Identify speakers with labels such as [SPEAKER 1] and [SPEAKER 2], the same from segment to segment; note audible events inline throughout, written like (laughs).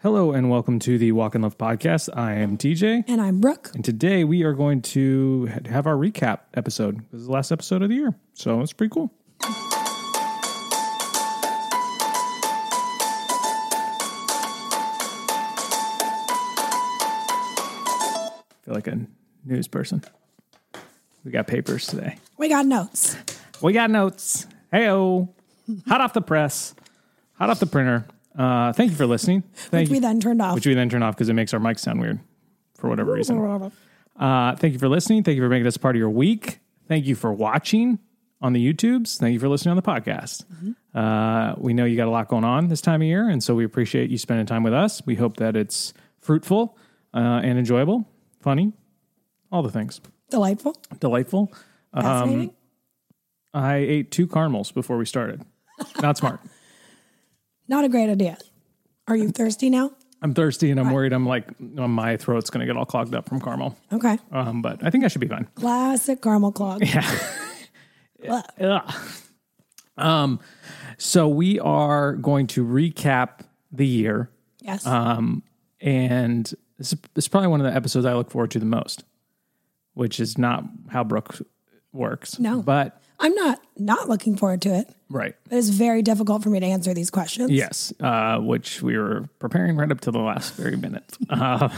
[SPEAKER 1] Hello and welcome to the Walk and Love podcast. I am TJ,
[SPEAKER 2] And I'm Brooke.
[SPEAKER 1] and today we are going to ha- have our recap episode. This is the last episode of the year, so it's pretty cool. feel like a news person. We got papers today.
[SPEAKER 2] We got notes.
[SPEAKER 1] We got notes. Heyo, hot off the press, hot off the printer. Uh, thank you for listening. Thank
[SPEAKER 2] Which we
[SPEAKER 1] you.
[SPEAKER 2] then turned off.
[SPEAKER 1] which we then turn off because it makes our mic sound weird for whatever reason. Uh, thank you for listening. Thank you for making this part of your week. Thank you for watching on the YouTubes. Thank you for listening on the podcast. Uh, we know you got a lot going on this time of year, and so we appreciate you spending time with us. We hope that it's fruitful uh, and enjoyable, funny, all the things,
[SPEAKER 2] Delightful.
[SPEAKER 1] delightful.
[SPEAKER 2] Fascinating.
[SPEAKER 1] I ate two caramels before we started. Not smart.
[SPEAKER 2] Not a great idea. Are you thirsty now?
[SPEAKER 1] I'm thirsty and I'm worried. I'm like, my throat's going to get all clogged up from caramel.
[SPEAKER 2] Okay.
[SPEAKER 1] Um, but I think I should be fine.
[SPEAKER 2] Classic caramel clog.
[SPEAKER 1] Ugh. Um, so we are going to recap the year,
[SPEAKER 2] Yes.
[SPEAKER 1] Uh-huh. and this is, this is probably one of the episodes I look forward to the most, which is not how Brooke works.
[SPEAKER 2] No.
[SPEAKER 1] but
[SPEAKER 2] I'm not not looking forward to it,
[SPEAKER 1] right,
[SPEAKER 2] but it's very difficult for me to answer these questions.
[SPEAKER 1] yes, uh, which we were preparing right up to the last very minute. Uh,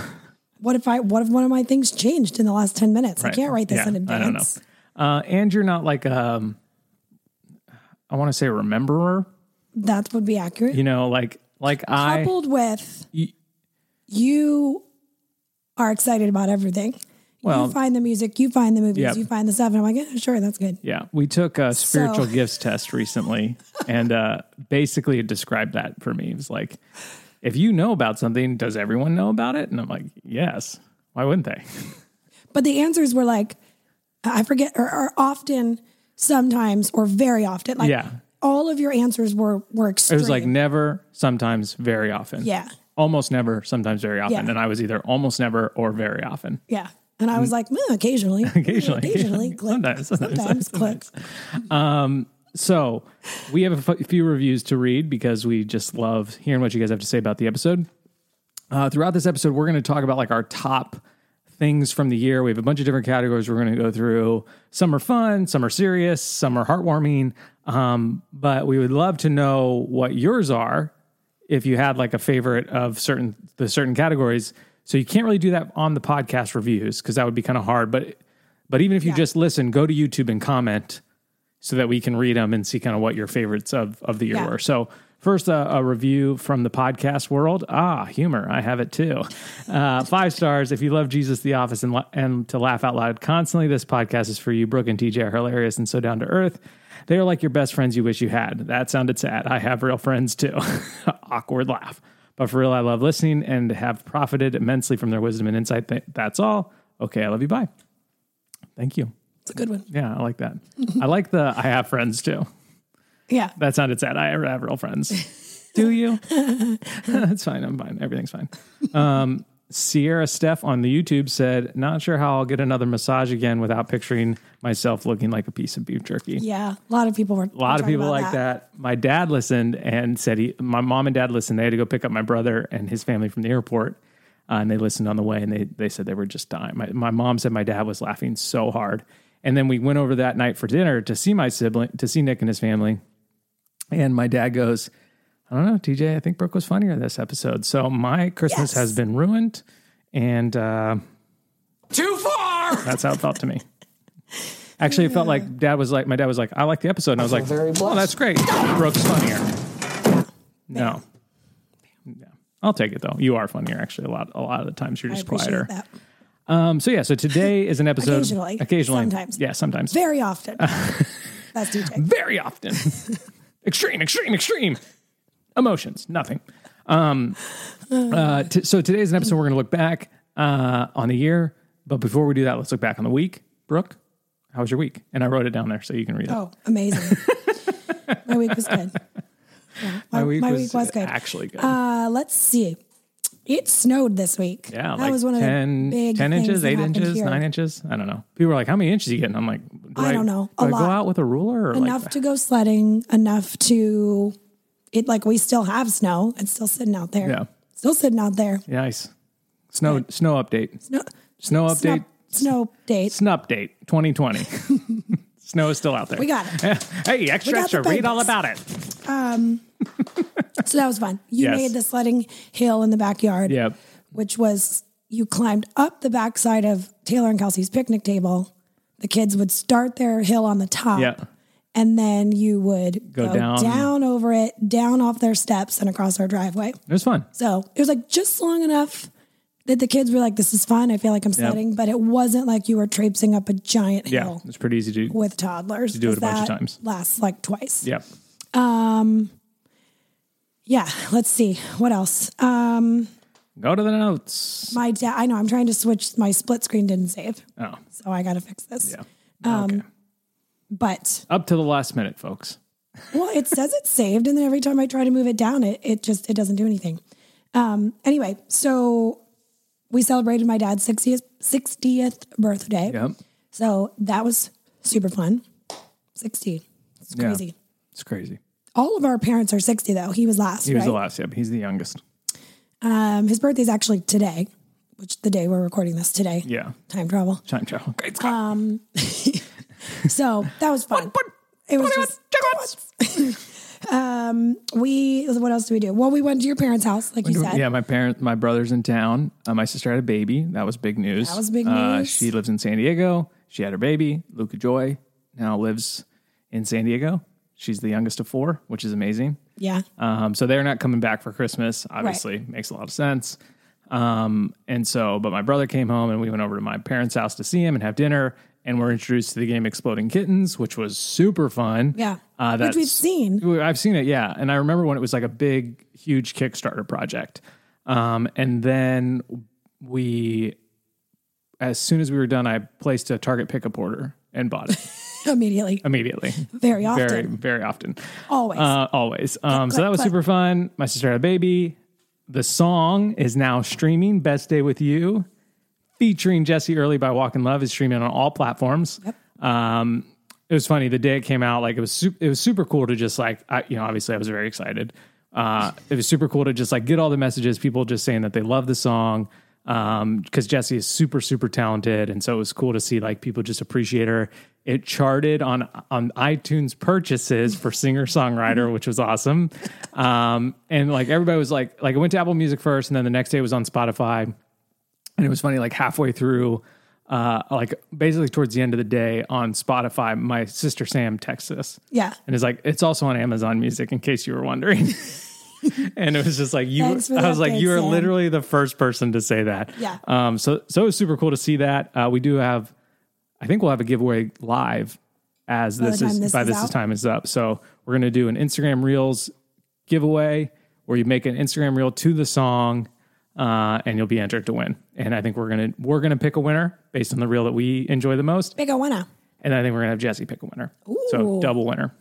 [SPEAKER 2] What if I what if one of my things changed in the last 10 minutes? (laughs) I
[SPEAKER 1] Right.
[SPEAKER 2] can't write this
[SPEAKER 1] Yeah,
[SPEAKER 2] in
[SPEAKER 1] I
[SPEAKER 2] advance.
[SPEAKER 1] don't know. uh, and you're not like um, I want to say rememberer.
[SPEAKER 2] That would be accurate.
[SPEAKER 1] You know, like like I
[SPEAKER 2] Coupled with
[SPEAKER 1] Y-
[SPEAKER 2] you are excited about everything.
[SPEAKER 1] Well-
[SPEAKER 2] you find the music, you find the movies,
[SPEAKER 1] Yep.
[SPEAKER 2] you find the stuff. And I'm like, yeah, sure, that's good.
[SPEAKER 1] Yeah, we took a spiritual gifts test recently, and uh, basically it described that for me. It was like, if you know about something, does everyone know about it? And I'm like, yes. Why wouldn't they?
[SPEAKER 2] But the answers were like, I forget, or, or often, sometimes, or very often. Like,
[SPEAKER 1] Yeah.
[SPEAKER 2] all of your answers were were
[SPEAKER 1] It
[SPEAKER 2] extreme.
[SPEAKER 1] was like never, sometimes, very often.
[SPEAKER 2] yeah,
[SPEAKER 1] Almost never, sometimes, very often.
[SPEAKER 2] Yeah.
[SPEAKER 1] And I was either almost never or very often.
[SPEAKER 2] yeah. And I was like, mm,
[SPEAKER 1] (laughs)
[SPEAKER 2] occasionally,
[SPEAKER 1] Occasionally.
[SPEAKER 2] occasionally,
[SPEAKER 1] (laughs)
[SPEAKER 2] click,
[SPEAKER 1] Sometimes,
[SPEAKER 2] sometimes,
[SPEAKER 1] sometimes,
[SPEAKER 2] click.
[SPEAKER 1] So we have a f- few reviews to read because we just love hearing what you guys have to say about the episode. Uh, throughout this episode, we're going to talk about like our top things from the year. We have a bunch of different categories we're going to go through. Some are fun, some are serious, some are heartwarming. Um, but we would love to know what yours are if you had like a favorite of certain the certain categories. So you can't really do that on the podcast reviews because that would be kind of hard. But but even if you just listen, go to YouTube and comment so that we can read them and see kind of what your favorites of of the year
[SPEAKER 2] Yeah.
[SPEAKER 1] were. So first, uh, a review from the podcast world. Ah, humor, I have it too. Uh, five stars. If you love Jesus, The Office, and la- and to laugh out loud constantly, this podcast is for you. Brooke and TJ are hilarious and so down to earth. They are like your best friends you wish you had. That sounded sad. I have real friends too. (laughs) Awkward laugh. But for real, I love listening and have profited immensely from their wisdom and insight. Th- that's all. Okay, I love you. Bye. Thank you.
[SPEAKER 2] It's a good one.
[SPEAKER 1] Yeah, I like that. I like the I have friends too.
[SPEAKER 2] Yeah,
[SPEAKER 1] That sounded sad. I have real friends. Do you? (laughs) That's fine. I'm fine. Everything's fine. Um, Sierra Steph on the YouTube said, Not sure how I'll get another massage again without picturing myself looking like a piece of beef jerky.
[SPEAKER 2] yeah. A lot of people were.
[SPEAKER 1] A lot of people like that. My dad listened and said he, my mom and dad listened. They had to go pick up my brother and his family from the airport, uh, and they listened on the way. And they they said they were just dying. My, my mom said my dad was laughing so hard. And then we went over that night for dinner to see my sibling, to see Nick and his family. And my dad goes, I don't know, TJ. I think Brooke was funnier this episode. So my Christmas
[SPEAKER 2] Yes.
[SPEAKER 1] has been ruined, and uh,
[SPEAKER 3] Too far!
[SPEAKER 1] that's how it felt to me. Actually, it felt like dad was like, my dad was like, I like the episode. And I was like,
[SPEAKER 3] very
[SPEAKER 1] oh,
[SPEAKER 3] blessed.
[SPEAKER 1] that's great. Brooke's funnier. No. Yeah. I'll take it though. You are funnier, actually. A lot, a lot of the times you're
[SPEAKER 2] I
[SPEAKER 1] just
[SPEAKER 2] appreciate
[SPEAKER 1] quieter.
[SPEAKER 2] that.
[SPEAKER 1] Um, so yeah, so today is an episode.
[SPEAKER 2] Occasionally.
[SPEAKER 1] Occasionally.
[SPEAKER 2] Sometimes.
[SPEAKER 1] Yeah, sometimes. (laughs)
[SPEAKER 2] Very often. That's DJ.
[SPEAKER 1] Very (laughs) often. extreme, extreme, extreme. Emotions, nothing. Um, uh, t- so today's an episode we're going to look back uh, on the year. But before we do that, let's look back on the week. Brooke, how was your week? And I wrote it down there so you can read it.
[SPEAKER 2] Oh,
[SPEAKER 1] (laughs)
[SPEAKER 2] amazing. my week was good. Yeah, my, my week, was, good.
[SPEAKER 1] Actually good.
[SPEAKER 2] Uh, let's see. It snowed this week.
[SPEAKER 1] yeah,
[SPEAKER 2] that
[SPEAKER 1] like
[SPEAKER 2] was one of
[SPEAKER 1] 10,
[SPEAKER 2] the big
[SPEAKER 1] 10
[SPEAKER 2] things
[SPEAKER 1] inches,
[SPEAKER 2] that
[SPEAKER 1] 8
[SPEAKER 2] happened
[SPEAKER 1] inches,
[SPEAKER 2] here.
[SPEAKER 1] 9 inches. I don't know. People are like, how many inches you getting? I'm like, do
[SPEAKER 2] I don't know.
[SPEAKER 1] Do
[SPEAKER 2] A
[SPEAKER 1] I go
[SPEAKER 2] lot.
[SPEAKER 1] out with a ruler or
[SPEAKER 2] Enough
[SPEAKER 1] like,
[SPEAKER 2] to go sledding. Enough to it. Like we still have snow. It's still sitting out there.
[SPEAKER 1] Yeah.
[SPEAKER 2] Still sitting out there.
[SPEAKER 1] Nice. Snow snow update.
[SPEAKER 2] Snow,
[SPEAKER 1] Snow update.
[SPEAKER 2] Snow, snow date.
[SPEAKER 1] Snow update
[SPEAKER 2] (laughs)
[SPEAKER 1] 2020. snow is still out there.
[SPEAKER 2] We got it.
[SPEAKER 1] (laughs) hey, extra
[SPEAKER 2] got
[SPEAKER 1] extra.
[SPEAKER 2] the
[SPEAKER 1] Read all
[SPEAKER 2] papers.
[SPEAKER 1] about it.
[SPEAKER 2] So that was fun. You
[SPEAKER 1] Yes.
[SPEAKER 2] made the sledding hill in the backyard,
[SPEAKER 1] Yep.
[SPEAKER 2] which was you climbed up the backside of Taylor and Kelsey's picnic table. The kids would start their hill on the top.
[SPEAKER 1] Yeah.
[SPEAKER 2] And then you would
[SPEAKER 1] Go
[SPEAKER 2] go,
[SPEAKER 1] down.
[SPEAKER 2] down. over it, down off their steps and across our driveway.
[SPEAKER 1] It was fun.
[SPEAKER 2] So it was like just long enough that the kids were like, This is fun. I feel like I'm sledding. But it wasn't like you were traipsing up a giant
[SPEAKER 1] Yeah.
[SPEAKER 2] hill
[SPEAKER 1] It was pretty easy to do.
[SPEAKER 2] with toddlers.
[SPEAKER 1] do it
[SPEAKER 2] 'cause
[SPEAKER 1] a bunch of
[SPEAKER 2] that
[SPEAKER 1] times.
[SPEAKER 2] Lasts like twice.
[SPEAKER 1] Yep.
[SPEAKER 2] Yeah. Let's see. What else? Uh,
[SPEAKER 1] Go to the notes.
[SPEAKER 2] My dad, I know I'm trying to switch. My split screen didn't save,
[SPEAKER 1] Oh,
[SPEAKER 2] so I got to fix this.
[SPEAKER 1] yeah.
[SPEAKER 2] Um,
[SPEAKER 1] okay.
[SPEAKER 2] But
[SPEAKER 1] Up to the last minute, folks.
[SPEAKER 2] well, it says it's saved, and then every time I try to move it down, it it just it doesn't do anything. Um. Anyway, so we celebrated my dad's 60th 60th birthday.
[SPEAKER 1] Yep.
[SPEAKER 2] So that was super fun. 60. It's
[SPEAKER 1] Yeah.
[SPEAKER 2] crazy.
[SPEAKER 1] It's crazy.
[SPEAKER 2] All of our parents are 60 though. He was last.
[SPEAKER 1] He was the
[SPEAKER 2] right?
[SPEAKER 1] last. Yep. He's the youngest.
[SPEAKER 2] Um. His birthday's actually today, which the day we're recording this today.
[SPEAKER 1] Yeah.
[SPEAKER 2] Time travel.
[SPEAKER 1] Time travel. Great Scott.
[SPEAKER 2] So that was fun. It was just we what else do we do? Well, we went to your parents' house, like you said.
[SPEAKER 1] Yeah, my parents, my brother's in town. Uh, my sister had a baby. That was big news.
[SPEAKER 2] That was big
[SPEAKER 1] Uh,
[SPEAKER 2] news.
[SPEAKER 1] she lives in San Diego. She had her baby, Luca Joy. Now lives in San Diego. She's the youngest of four, which is amazing.
[SPEAKER 2] Yeah.
[SPEAKER 1] Um, so they're not coming back for Christmas. Obviously, makes a lot of sense. Um, and so, but my brother came home and we went over to my parents' house to see him and have dinner. And we're introduced to the game Exploding Kittens, which was super fun.
[SPEAKER 2] Yeah.
[SPEAKER 1] uh,
[SPEAKER 2] Which we've
[SPEAKER 1] that's- (laughs)
[SPEAKER 2] seen.
[SPEAKER 1] well, I've seen it, yeah. And I remember when it was like a big, huge Kickstarter project. Um, and then we, as soon as we were done, I placed a Target pickup order and bought
[SPEAKER 2] (laughs)
[SPEAKER 1] it
[SPEAKER 2] Immediately.
[SPEAKER 1] immediately.
[SPEAKER 2] Very often.
[SPEAKER 1] Very, very often.
[SPEAKER 2] Always.
[SPEAKER 1] Uh, always. Um, so
[SPEAKER 2] click,
[SPEAKER 1] that was
[SPEAKER 2] click.
[SPEAKER 1] super fun. My sister had a baby. The song is now streaming. Best Day with You, featuring Jesse Early by Walk in Love, is streaming on all platforms. Um, it was funny the day it came out. Like it was, su- it was super cool to just like, I, you know, obviously I was very excited. Uh, it was super cool to just like get all the messages, people just saying that they love the song. Um, cause Jesse is super, super talented. And so it was cool to see like people just appreciate her. It charted on, on iTunes purchases for singer songwriter, which was awesome. Um, and like everybody was like, like I went to Apple music first and then the next day it was on Spotify. And it was funny, like halfway through, uh, like basically towards the end of the day on Spotify, my sister Sam texts us.
[SPEAKER 2] Yeah.
[SPEAKER 1] And is like, it's also on Amazon Music, in case you were wondering. (laughs) and it was just like you. I
[SPEAKER 2] Thanks
[SPEAKER 1] was
[SPEAKER 2] for the
[SPEAKER 1] like,
[SPEAKER 2] update,
[SPEAKER 1] you are
[SPEAKER 2] Sam."
[SPEAKER 1] literally the first person to say that.
[SPEAKER 2] Yeah.
[SPEAKER 1] Um. So so it was super cool to see that. Uh, we do have, I think we'll have a giveaway live as
[SPEAKER 2] the
[SPEAKER 1] this
[SPEAKER 2] time
[SPEAKER 1] is
[SPEAKER 2] this
[SPEAKER 1] by
[SPEAKER 2] is
[SPEAKER 1] this is
[SPEAKER 2] out.
[SPEAKER 1] time is up. So we're gonna do an Instagram Reels giveaway where you make an Instagram reel to the song, uh, and you'll be entered to win. And I think we're gonna we're gonna pick a winner based on the reel that we enjoy the most,
[SPEAKER 2] Big Owana.
[SPEAKER 1] and I think we're gonna have Jesse pick a winner. So
[SPEAKER 2] Ooh.
[SPEAKER 1] double winner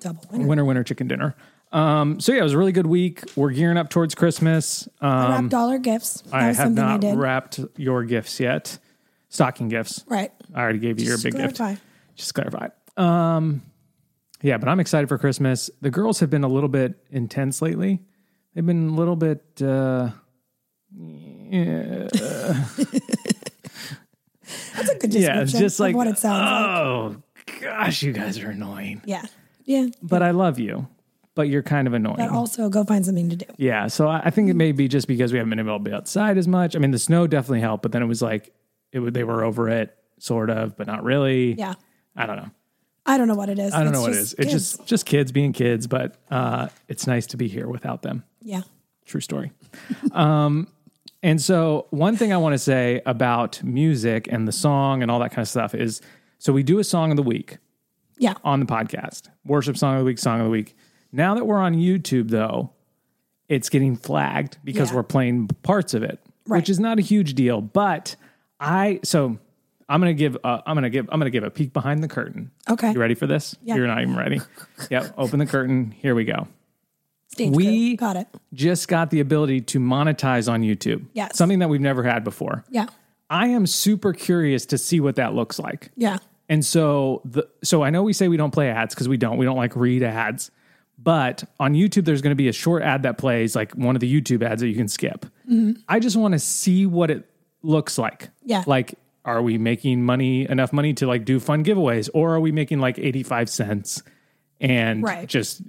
[SPEAKER 2] Double winner.
[SPEAKER 1] winner winner chicken dinner um so yeah it was a really good week we're gearing up towards christmas um
[SPEAKER 2] I wrapped all our gifts. That
[SPEAKER 1] i
[SPEAKER 2] was
[SPEAKER 1] have
[SPEAKER 2] something I
[SPEAKER 1] not
[SPEAKER 2] did.
[SPEAKER 1] wrapped your gifts yet stocking gifts
[SPEAKER 2] right.
[SPEAKER 1] i already gave you
[SPEAKER 2] Just
[SPEAKER 1] your big
[SPEAKER 2] clarify.
[SPEAKER 1] gift just clarify um yeah but i'm excited for christmas the girls have been a little bit intense lately they've been a little bit uh
[SPEAKER 2] That's a good description
[SPEAKER 1] yeah it's just like
[SPEAKER 2] of what it sounds like.
[SPEAKER 1] oh gosh you guys are annoying
[SPEAKER 2] Yeah. Yeah.
[SPEAKER 1] but i love you but you're kind of annoying
[SPEAKER 2] But also go find something to do.
[SPEAKER 1] Yeah, so I I think it may be just because we haven't been able to be outside as much. I mean, the snow definitely helped, but then it was like it would, they were over it, sort of, but not really.
[SPEAKER 2] Yeah.
[SPEAKER 1] I don't know.
[SPEAKER 2] I don't know what it is.
[SPEAKER 1] I don't
[SPEAKER 2] It's
[SPEAKER 1] know what it
[SPEAKER 2] just
[SPEAKER 1] is. It's
[SPEAKER 2] kids.
[SPEAKER 1] just just kids being kids, but uh, it's nice to be here without them.
[SPEAKER 2] Yeah.
[SPEAKER 1] True
[SPEAKER 2] (laughs)
[SPEAKER 1] story. um, and so, one thing I want to say about music and the song and all that kind of stuff is, so we do a song of the week
[SPEAKER 2] Yeah.
[SPEAKER 1] on the podcast. Worship song of the week, song of the week. Now that we're on YouTube, though, it's getting flagged because
[SPEAKER 2] Yeah.
[SPEAKER 1] we're playing parts of it,
[SPEAKER 2] Right.
[SPEAKER 1] which is not a huge deal. But I so I'm gonna give a, I'm gonna give I'm gonna give a peek behind the curtain.
[SPEAKER 2] Okay.
[SPEAKER 1] you ready for this?
[SPEAKER 2] Yeah.
[SPEAKER 1] You're not even
[SPEAKER 2] (laughs)
[SPEAKER 1] ready. yep. Open the curtain. Here we go.
[SPEAKER 2] Stage
[SPEAKER 1] We-
[SPEAKER 2] crew. got it.
[SPEAKER 1] Just got the ability to monetize on YouTube.
[SPEAKER 2] Yes.
[SPEAKER 1] Something that we've never had before.
[SPEAKER 2] Yeah.
[SPEAKER 1] I am super curious to see what that looks like.
[SPEAKER 2] Yeah.
[SPEAKER 1] And so the so I know we say we don't play ads because we don't. We don't like read ads. But on YouTube, there's going to be a short ad that plays like one of the YouTube ads that you can skip. I just want to see what it looks like.
[SPEAKER 2] Mm-hmm. Yeah.
[SPEAKER 1] Like, are we making money enough money to like do fun giveaways, or are we making like eighty five cents and
[SPEAKER 2] Right.
[SPEAKER 1] just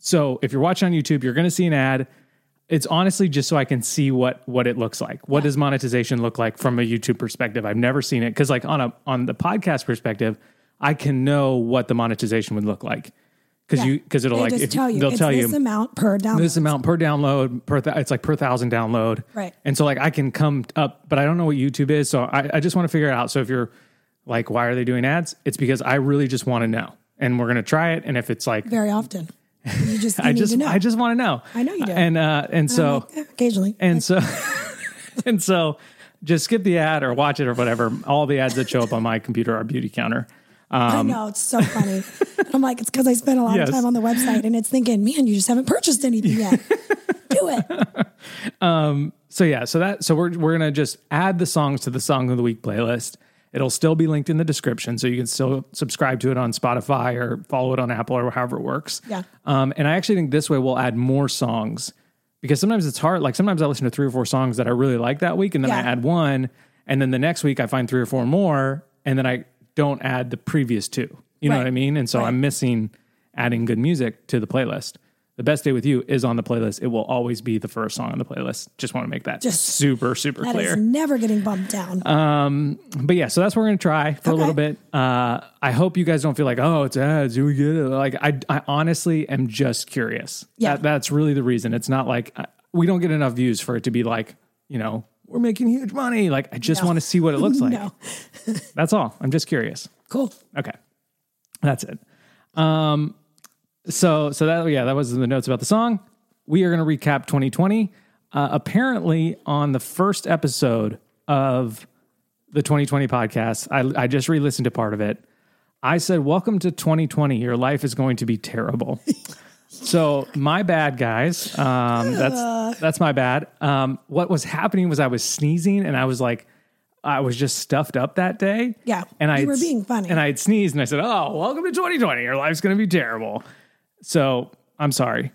[SPEAKER 1] so if you're watching on YouTube, you're going to see an ad. It's honestly just so I can see what what it looks like. What does monetization look like from a YouTube perspective? I've never seen it because like on a on the podcast perspective, I can know what the monetization would look like because you because it'll
[SPEAKER 2] they
[SPEAKER 1] like
[SPEAKER 2] just
[SPEAKER 1] if-
[SPEAKER 2] tell you
[SPEAKER 1] they'll
[SPEAKER 2] it's
[SPEAKER 1] tell
[SPEAKER 2] this
[SPEAKER 1] you
[SPEAKER 2] amount per download.
[SPEAKER 1] this amount per download per thou- it's like per thousand download
[SPEAKER 2] Right.
[SPEAKER 1] and so like i can come up but i don't know what youtube is so i, I just want to figure it out so if you're like why are they doing ads it's because i really just want to know and we're going to try it and if it's like
[SPEAKER 2] very often. You just
[SPEAKER 1] (laughs)
[SPEAKER 2] you
[SPEAKER 1] i
[SPEAKER 2] need
[SPEAKER 1] just
[SPEAKER 2] to know.
[SPEAKER 1] i just want to know
[SPEAKER 2] I know you do. Uh-huh.
[SPEAKER 1] and uh and so
[SPEAKER 2] Yeah, (laughs) occasionally.
[SPEAKER 1] and so (laughs) and so just skip the ad or watch it or whatever all the ads that show up on my computer are beauty counter
[SPEAKER 2] I know it's so funny. And I'm like, it's because I spent a lot
[SPEAKER 1] Um, Yes.
[SPEAKER 2] of time on the website, and it's thinking, man, you just haven't purchased anything
[SPEAKER 1] (laughs)
[SPEAKER 2] yet. Do it.
[SPEAKER 1] So yeah, so that so we're we're gonna just add the songs to the song of the week playlist. It'll still be linked in the description, so you can still subscribe to it on Spotify or follow it on Apple or however it works.
[SPEAKER 2] Yeah.
[SPEAKER 1] Um, and I actually think this way we'll add more songs because sometimes it's hard. Like sometimes I listen to three or four songs that I really like that week, and then I
[SPEAKER 2] Yeah.
[SPEAKER 1] add one, and then the next week I find three or four more, and then I don't add the previous two. You know
[SPEAKER 2] Right.
[SPEAKER 1] what I mean? And so
[SPEAKER 2] Right.
[SPEAKER 1] I'm missing adding good music to the playlist. The best day with you is on the playlist. It will always be the first song on the playlist. Just want to make that
[SPEAKER 2] Just-
[SPEAKER 1] super super
[SPEAKER 2] That is
[SPEAKER 1] clear.
[SPEAKER 2] never getting bumped down.
[SPEAKER 1] Uh, but yeah, so that's what we're gonna try for a
[SPEAKER 2] Okay.
[SPEAKER 1] little bit. Uh, I hope you guys don't feel like oh it's ads, you get it. Like I, I honestly am just curious.
[SPEAKER 2] Yeah.
[SPEAKER 1] That- that's really the reason. It's not like uh, we don't get enough views for it to be like you know we're making huge money. Like I just
[SPEAKER 2] No.
[SPEAKER 1] want to see what it looks like.
[SPEAKER 2] (laughs) no,
[SPEAKER 1] That's all. I'm just curious.
[SPEAKER 2] cool.
[SPEAKER 1] Okay. That's it. Um so so that yeah, that was the notes about the song. We are going to recap 2020. Uh, apparently on the first episode of the 2020 podcast, I I just re-listened to part of it. I said, "Welcome to 2020. Your life is going to be
[SPEAKER 2] (laughs)
[SPEAKER 1] terrible." so, my bad, guys. Um
[SPEAKER 2] (laughs)
[SPEAKER 1] that's that's my bad. Um what was happening was I was sneezing and I was like I was just stuffed up that day.
[SPEAKER 2] Yeah,
[SPEAKER 1] And I
[SPEAKER 2] you
[SPEAKER 1] had
[SPEAKER 2] were
[SPEAKER 1] s-
[SPEAKER 2] being funny.
[SPEAKER 1] And I had sneezed and I said, Oh, welcome to 2020. Your life's going to be terrible. So I'm sorry.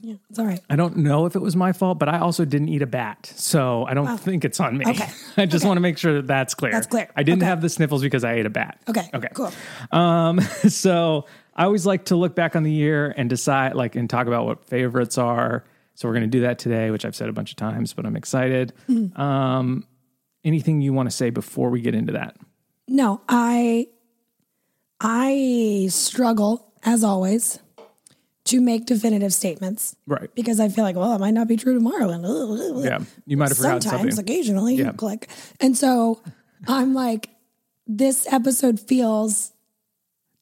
[SPEAKER 2] Yeah, it's all right.
[SPEAKER 1] I don't know if it was my fault, but I also didn't eat a bat. So I don't think it's on me.
[SPEAKER 2] Oh. Okay.
[SPEAKER 1] (laughs) I just want to make sure that that's clear.
[SPEAKER 2] That's clear.
[SPEAKER 1] I didn't
[SPEAKER 2] Okay.
[SPEAKER 1] have the sniffles because I ate a bat.
[SPEAKER 2] Okay.
[SPEAKER 1] Okay.
[SPEAKER 2] Cool.
[SPEAKER 1] (laughs) So I always like to look back on the year and decide, like, and talk about what favorites are. So we're going to do that today, which I've said a bunch of times, but I'm excited. Um,
[SPEAKER 2] Mm-hmm.
[SPEAKER 1] anything you want to say before we get into that?
[SPEAKER 2] No, I I struggle as always to make definitive statements
[SPEAKER 1] Right.
[SPEAKER 2] because I feel like, well, it might not be true tomorrow, and
[SPEAKER 1] Yeah. You might have forgotten
[SPEAKER 2] sometimes
[SPEAKER 1] something.
[SPEAKER 2] occasionally you
[SPEAKER 1] Yeah.
[SPEAKER 2] click and so i'm like this episode feels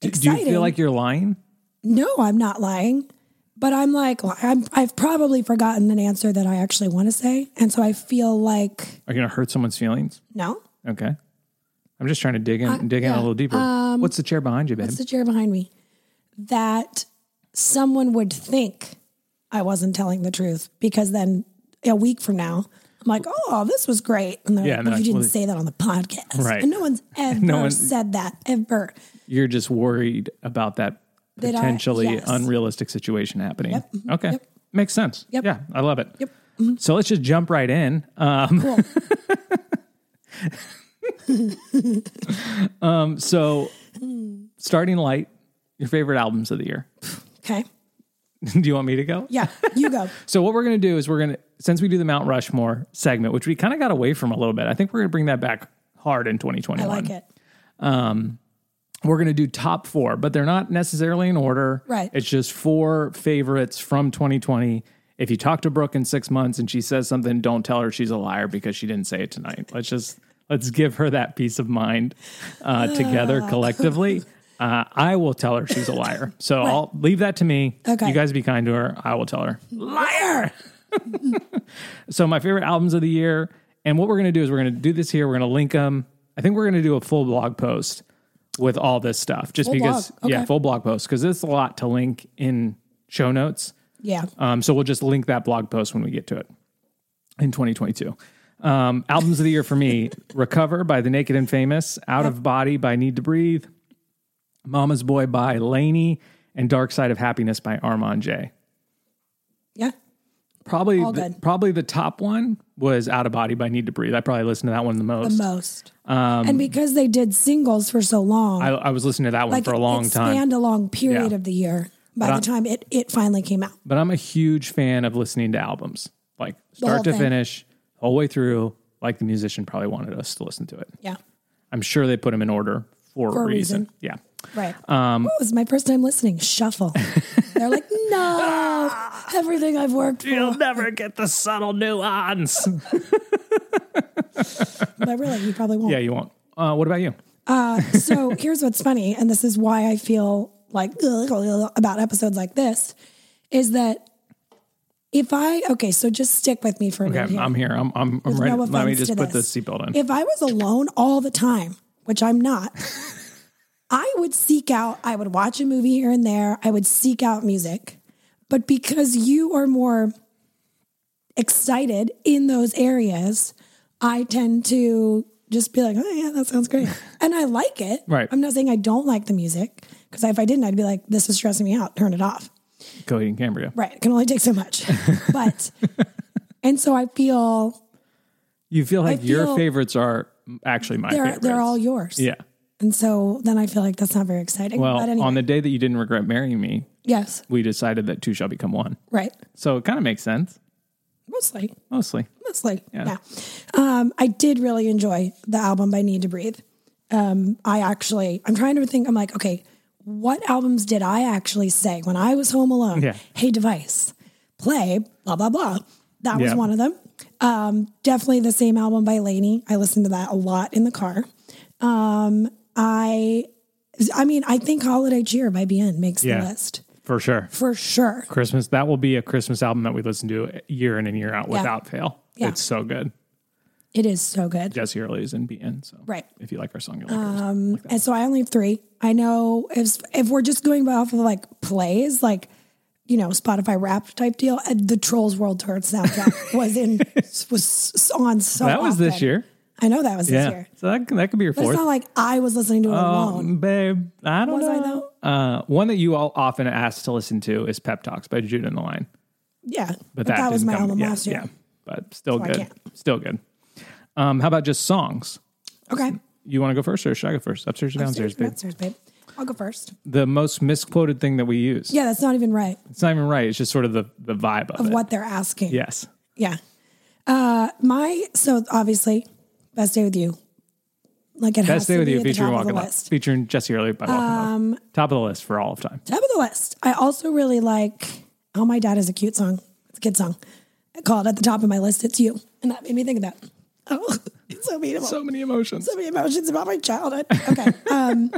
[SPEAKER 1] Do you
[SPEAKER 2] exciting.
[SPEAKER 1] feel like you're lying?
[SPEAKER 2] no i'm not lying but i'm like well, I'm, i've probably forgotten an answer that i actually want to say and so i feel like
[SPEAKER 1] Are you going to hurt someone's feelings?
[SPEAKER 2] no
[SPEAKER 1] Okay. I'm just trying to dig in, dig in
[SPEAKER 2] yeah. um,
[SPEAKER 1] a little deeper. What's the chair behind you, babe?
[SPEAKER 2] it's the chair behind me that someone would think i wasn't telling the truth because then a week from now I'm like, oh, this was great, and they're
[SPEAKER 1] Yeah,
[SPEAKER 2] like,
[SPEAKER 1] no,
[SPEAKER 2] but you didn't
[SPEAKER 1] well,
[SPEAKER 2] say that on the podcast,
[SPEAKER 1] Right.
[SPEAKER 2] And
[SPEAKER 1] (laughs)
[SPEAKER 2] no one's ever
[SPEAKER 1] one-
[SPEAKER 2] said that ever.
[SPEAKER 1] You're just worried about that
[SPEAKER 2] I-
[SPEAKER 1] potentially
[SPEAKER 2] yes.
[SPEAKER 1] unrealistic situation happening. Okay.
[SPEAKER 2] Yep.
[SPEAKER 1] Makes sense.
[SPEAKER 2] Yep.
[SPEAKER 1] Yeah, I love it.
[SPEAKER 2] Yep. mm-hmm.
[SPEAKER 1] So let's just jump right in. (laughs)
[SPEAKER 2] Cool.
[SPEAKER 1] Um, so,
[SPEAKER 2] Hmm.
[SPEAKER 1] starting light, your favorite albums of the year. (laughs)
[SPEAKER 2] okay.
[SPEAKER 1] do you want me to go?
[SPEAKER 2] Yeah, you go.
[SPEAKER 1] So what we're going to do is we're going to since we do the Mount Rushmore segment, which we kind of got away from a little bit. I think we're going to bring that back hard in 2021.
[SPEAKER 2] I like it.
[SPEAKER 1] We're going to do top 4, but they're not necessarily in order.
[SPEAKER 2] Right.
[SPEAKER 1] It's just four favorites from 2020. If you talk to Brooke in 6 months and she says something, don't tell her she's a liar because she didn't say it tonight. Let's just let's give her that peace of mind uh, together collectively. Uh, I will tell her she's a liar. So I'll leave that to me.
[SPEAKER 2] Okay.
[SPEAKER 1] You guys be kind to her. I will tell her. Liar. So my favorite albums of the year, and what we're going to do is we're going to do this here. We're going to link them. I think we're going to do a full blog post with all this stuff, just
[SPEAKER 2] Full
[SPEAKER 1] because,
[SPEAKER 2] blog,
[SPEAKER 1] yeah,
[SPEAKER 2] okay.
[SPEAKER 1] full blog post because it's a lot to link in show notes.
[SPEAKER 2] Yeah.
[SPEAKER 1] Um, so we'll just link that blog post when we get to it in 2022. Um, albums of the year for me: (laughs) Recover by The Naked and Famous, Out of Body by Need to Breathe, Mama's Boy by Laney, and Dark Side of Happiness by Armand J.
[SPEAKER 2] Yeah.
[SPEAKER 1] Probably,
[SPEAKER 2] All
[SPEAKER 1] the,
[SPEAKER 2] good.
[SPEAKER 1] probably the top one was Out of Body by Need to Breathe. I probably listened to that one the most.
[SPEAKER 2] The most.
[SPEAKER 1] Um,
[SPEAKER 2] and because they did singles for so long,
[SPEAKER 1] I, I was listening to that one
[SPEAKER 2] like
[SPEAKER 1] for a
[SPEAKER 2] it-
[SPEAKER 1] long
[SPEAKER 2] it
[SPEAKER 1] time.
[SPEAKER 2] spanned a long period
[SPEAKER 1] Yeah.
[SPEAKER 2] of the year by
[SPEAKER 1] But
[SPEAKER 2] the time it, it finally came out.
[SPEAKER 1] But I'm a huge fan of listening to albums, like
[SPEAKER 2] whole
[SPEAKER 1] start to
[SPEAKER 2] thing.
[SPEAKER 1] finish, all the way through. Like the musician probably wanted us to listen to it.
[SPEAKER 2] Yeah.
[SPEAKER 1] I'm sure they put them in order for,
[SPEAKER 2] For
[SPEAKER 1] a
[SPEAKER 2] a
[SPEAKER 1] reason.
[SPEAKER 2] reason.
[SPEAKER 1] Yeah.
[SPEAKER 2] Right. Um, it was my first time listening. Shuffle.
[SPEAKER 1] (laughs)
[SPEAKER 2] They're like, no,
[SPEAKER 1] Ah!"
[SPEAKER 2] everything I've worked for.
[SPEAKER 1] You'll never get the subtle nuance.
[SPEAKER 2] But really, you probably won't.
[SPEAKER 1] (laughs) yeah, you won't. Uh, what about you?
[SPEAKER 2] so here's what's funny, and this is why I feel like (laughs) ugh, about episodes like this, is that if I okay, so just stick with me for a minute.
[SPEAKER 1] Okay,
[SPEAKER 2] here.
[SPEAKER 1] I'm here. I'm, I'm, I'm ready.
[SPEAKER 2] no
[SPEAKER 1] Let me
[SPEAKER 2] offense
[SPEAKER 1] just
[SPEAKER 2] to
[SPEAKER 1] put the
[SPEAKER 2] this.
[SPEAKER 1] seatbelt in.
[SPEAKER 2] if I was alone all the time, which
[SPEAKER 1] (laughs)
[SPEAKER 2] I'm not, I would seek out, I would watch a movie here and there, I would seek out music. But because you are more excited in those areas, I tend to just be like, oh, yeah, that
[SPEAKER 1] (laughs)
[SPEAKER 2] sounds great. And I like it.
[SPEAKER 1] Right.
[SPEAKER 2] I'm not saying I don't like the music, because if I didn't, I'd be like, this is stressing me out, turn it off.
[SPEAKER 1] Cody and Cambria.
[SPEAKER 2] Right. It can only take
[SPEAKER 1] (laughs)
[SPEAKER 2] so much. but, and so I feel
[SPEAKER 1] You feel like your
[SPEAKER 2] feel-
[SPEAKER 1] favorites are actually my
[SPEAKER 2] they're,
[SPEAKER 1] favorites.
[SPEAKER 2] they're all yours.
[SPEAKER 1] Yeah.
[SPEAKER 2] And so then I feel like that's not very exciting.
[SPEAKER 1] Well,
[SPEAKER 2] but anyway,
[SPEAKER 1] on the day that you didn't regret marrying me,
[SPEAKER 2] yes,
[SPEAKER 1] we decided that two shall become one.
[SPEAKER 2] right.
[SPEAKER 1] So it kind of makes sense,
[SPEAKER 2] Mostly,
[SPEAKER 1] mostly.
[SPEAKER 2] mostly. Yeah. Um, I did really enjoy the album by Need to Breathe. Um, I actually, I'm trying to think, I'm like, okay, what albums did I actually say when I was home alone?
[SPEAKER 1] Yeah.
[SPEAKER 2] Hey, device, play, blah, blah, blah. That was
[SPEAKER 1] Yeah.
[SPEAKER 2] one of them. Um, definitely the same album by Lainey. I listened to that a lot in the car. Um, I, I mean, I think Holiday Cheer by BN makes
[SPEAKER 1] Yeah.
[SPEAKER 2] the list
[SPEAKER 1] For sure.
[SPEAKER 2] for sure.
[SPEAKER 1] Christmas. That will be a Christmas album that we listen to year in and year out without fail.
[SPEAKER 2] Yeah.
[SPEAKER 1] It's so good.
[SPEAKER 2] It is so good.
[SPEAKER 1] Jesse Early is in BN. So
[SPEAKER 2] Right. Um,
[SPEAKER 1] if you like our song, you'll like our song. Like that.
[SPEAKER 2] And so I only have three. I know if if we're just going off of like plays, like you know Spotify rap type deal, uh, the Trolls World Tour
[SPEAKER 1] (laughs)
[SPEAKER 2] soundtrack was in was s- on so.
[SPEAKER 1] That was this
[SPEAKER 2] often.
[SPEAKER 1] year.
[SPEAKER 2] I know that was
[SPEAKER 1] Yeah.
[SPEAKER 2] this year.
[SPEAKER 1] So that, that could be your
[SPEAKER 2] But it's
[SPEAKER 1] fourth.
[SPEAKER 2] not like I was listening to it alone.
[SPEAKER 1] Um, babe, I don't
[SPEAKER 2] Was I,
[SPEAKER 1] know. uh, one that you all often ask to listen to is Pep Talks by Jude and the Line.
[SPEAKER 2] Yeah,
[SPEAKER 1] But that,
[SPEAKER 2] was
[SPEAKER 1] didn't
[SPEAKER 2] my
[SPEAKER 1] come,
[SPEAKER 2] album
[SPEAKER 1] yeah,
[SPEAKER 2] last year.
[SPEAKER 1] Yeah. But still
[SPEAKER 2] I
[SPEAKER 1] good.
[SPEAKER 2] can't.
[SPEAKER 1] Still good. Um, how about just songs?
[SPEAKER 2] Okay,
[SPEAKER 1] You want to go first or should I go first? Upstairs or downstairs, babe?
[SPEAKER 2] Downstairs, babe. I'll go first.
[SPEAKER 1] The most misquoted thing that we use.
[SPEAKER 2] Yeah, that's not even right
[SPEAKER 1] It's not even right. It's just sort of the, the vibe of,
[SPEAKER 2] of
[SPEAKER 1] it.
[SPEAKER 2] what they're asking.
[SPEAKER 1] Yes.
[SPEAKER 2] Yeah. Uh, my so obviously best day with you. Like it has
[SPEAKER 1] Best Day
[SPEAKER 2] to
[SPEAKER 1] With
[SPEAKER 2] be
[SPEAKER 1] You
[SPEAKER 2] at the
[SPEAKER 1] featuring
[SPEAKER 2] top of the
[SPEAKER 1] Walking Up.
[SPEAKER 2] list. Um,
[SPEAKER 1] Featuring Jesse Early by Walking Up. Top of the list for all of time.
[SPEAKER 2] Top of the list. I also really like "Oh My Dad" is a cute song. It's a kid song. I call it at the top of my list. It's you, and that made me think of that. Oh, (laughs) it's so beautiful.
[SPEAKER 1] So many emotions.
[SPEAKER 2] so many emotions about my childhood. Okay. (laughs) Um,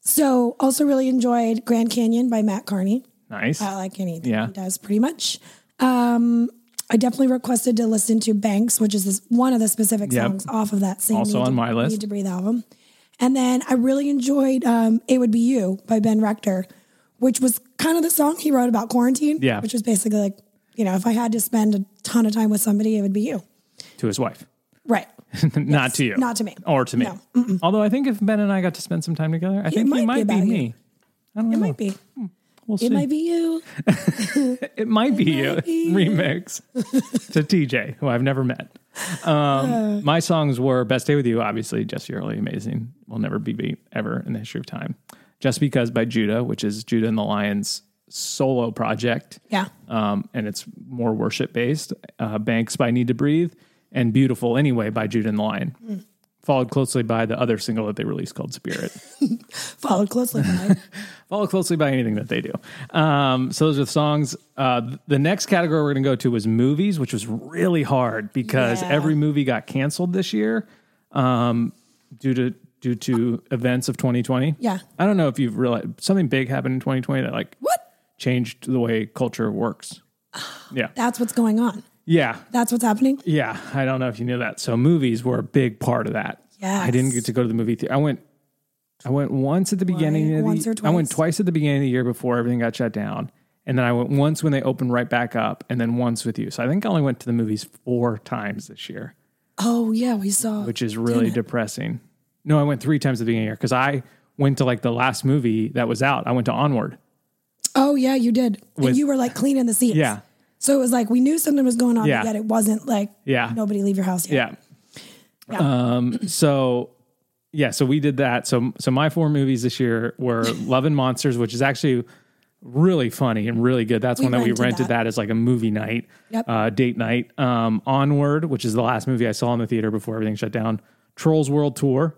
[SPEAKER 2] so also really enjoyed Grand Canyon by Matt Carney.
[SPEAKER 1] Nice.
[SPEAKER 2] I like anything
[SPEAKER 1] Yeah.
[SPEAKER 2] he does pretty much. Um, I definitely requested to listen to Banks, which is this, one of the specific
[SPEAKER 1] Yep.
[SPEAKER 2] songs off of that same
[SPEAKER 1] Also on
[SPEAKER 2] Need to-
[SPEAKER 1] my list.
[SPEAKER 2] Need to Breathe album. And then I really enjoyed um, It Would Be You by Ben Rector, which was kind of the song he wrote about quarantine.
[SPEAKER 1] Yeah.
[SPEAKER 2] Which was basically like, you know, if I had to spend a ton of time with somebody, it would be you.
[SPEAKER 1] to his wife. (laughs)
[SPEAKER 2] Right.
[SPEAKER 1] not to you.
[SPEAKER 2] not to me.
[SPEAKER 1] Or to me.
[SPEAKER 2] No,
[SPEAKER 1] Although I think if Ben and I got to spend some time together, I think
[SPEAKER 2] might
[SPEAKER 1] he
[SPEAKER 2] be
[SPEAKER 1] might be,
[SPEAKER 2] about you.
[SPEAKER 1] me. I don't
[SPEAKER 2] It
[SPEAKER 1] know.
[SPEAKER 2] might be.
[SPEAKER 1] We'll (laughs) see.
[SPEAKER 2] It might be you.
[SPEAKER 1] It might be
[SPEAKER 2] might
[SPEAKER 1] a
[SPEAKER 2] be.
[SPEAKER 1] remix to TJ, who I've never met.
[SPEAKER 2] (sighs)
[SPEAKER 1] Um, my songs were Best Day With You, obviously, Jesse Early, amazing. Will never be beat ever in the history of time. Just Because by Judah, which is Judah and the Lions solo project.
[SPEAKER 2] Yeah.
[SPEAKER 1] Um, and it's more worship based. Uh, Banks by Need to Breathe and Beautiful Anyway by Judah and the Lion.
[SPEAKER 2] Hmm.
[SPEAKER 1] Followed closely by the other single that they released called Spirit.
[SPEAKER 2] Followed closely (laughs) by
[SPEAKER 1] Followed closely by anything that they do. Um, so those are the songs. Uh, the next category we're going to go to was movies, which was really hard because
[SPEAKER 2] Yeah.
[SPEAKER 1] every movie got canceled this year um, due to due to events of 2020.
[SPEAKER 2] Yeah.
[SPEAKER 1] I don't know if you've realized something big happened in 2020 that like
[SPEAKER 2] what?
[SPEAKER 1] changed the way culture
[SPEAKER 2] (sighs)
[SPEAKER 1] works. Yeah,
[SPEAKER 2] That's what's going on.
[SPEAKER 1] yeah,
[SPEAKER 2] That's what's happening.
[SPEAKER 1] yeah. I don't know if you knew that. So movies were a big part of that. Yeah, I didn't
[SPEAKER 2] Yes.
[SPEAKER 1] get to go to the movie theater. I went. I went once at the beginning. Of the,
[SPEAKER 2] Once or
[SPEAKER 1] I went
[SPEAKER 2] twice?
[SPEAKER 1] twice at the beginning of the year before everything got shut down, and then I went once when they opened right back up, and then once with you. So I think I only went to the movies four times this year,
[SPEAKER 2] Oh yeah, we saw.
[SPEAKER 1] which is really depressing. No, I went three times at the beginning of the year because I went to like the last movie that was out. I went to Onward,
[SPEAKER 2] Oh yeah, you did.
[SPEAKER 1] With-
[SPEAKER 2] and you were like cleaning the seats.
[SPEAKER 1] Yeah.
[SPEAKER 2] So it was like we knew something was going on,
[SPEAKER 1] Yeah.
[SPEAKER 2] but yet it wasn't like
[SPEAKER 1] Yeah.
[SPEAKER 2] nobody leave your house yet.
[SPEAKER 1] Yeah. Um, so yeah, so we did that. So so my four movies this year were Love and Monsters, which is actually really funny and really good. That's
[SPEAKER 2] We
[SPEAKER 1] one that we
[SPEAKER 2] rented
[SPEAKER 1] rented that.
[SPEAKER 2] that.
[SPEAKER 1] as like a movie night,
[SPEAKER 2] Yep.
[SPEAKER 1] uh, date night. Um, Onward, which is the last movie I saw in the theater before everything shut down. Trolls World Tour,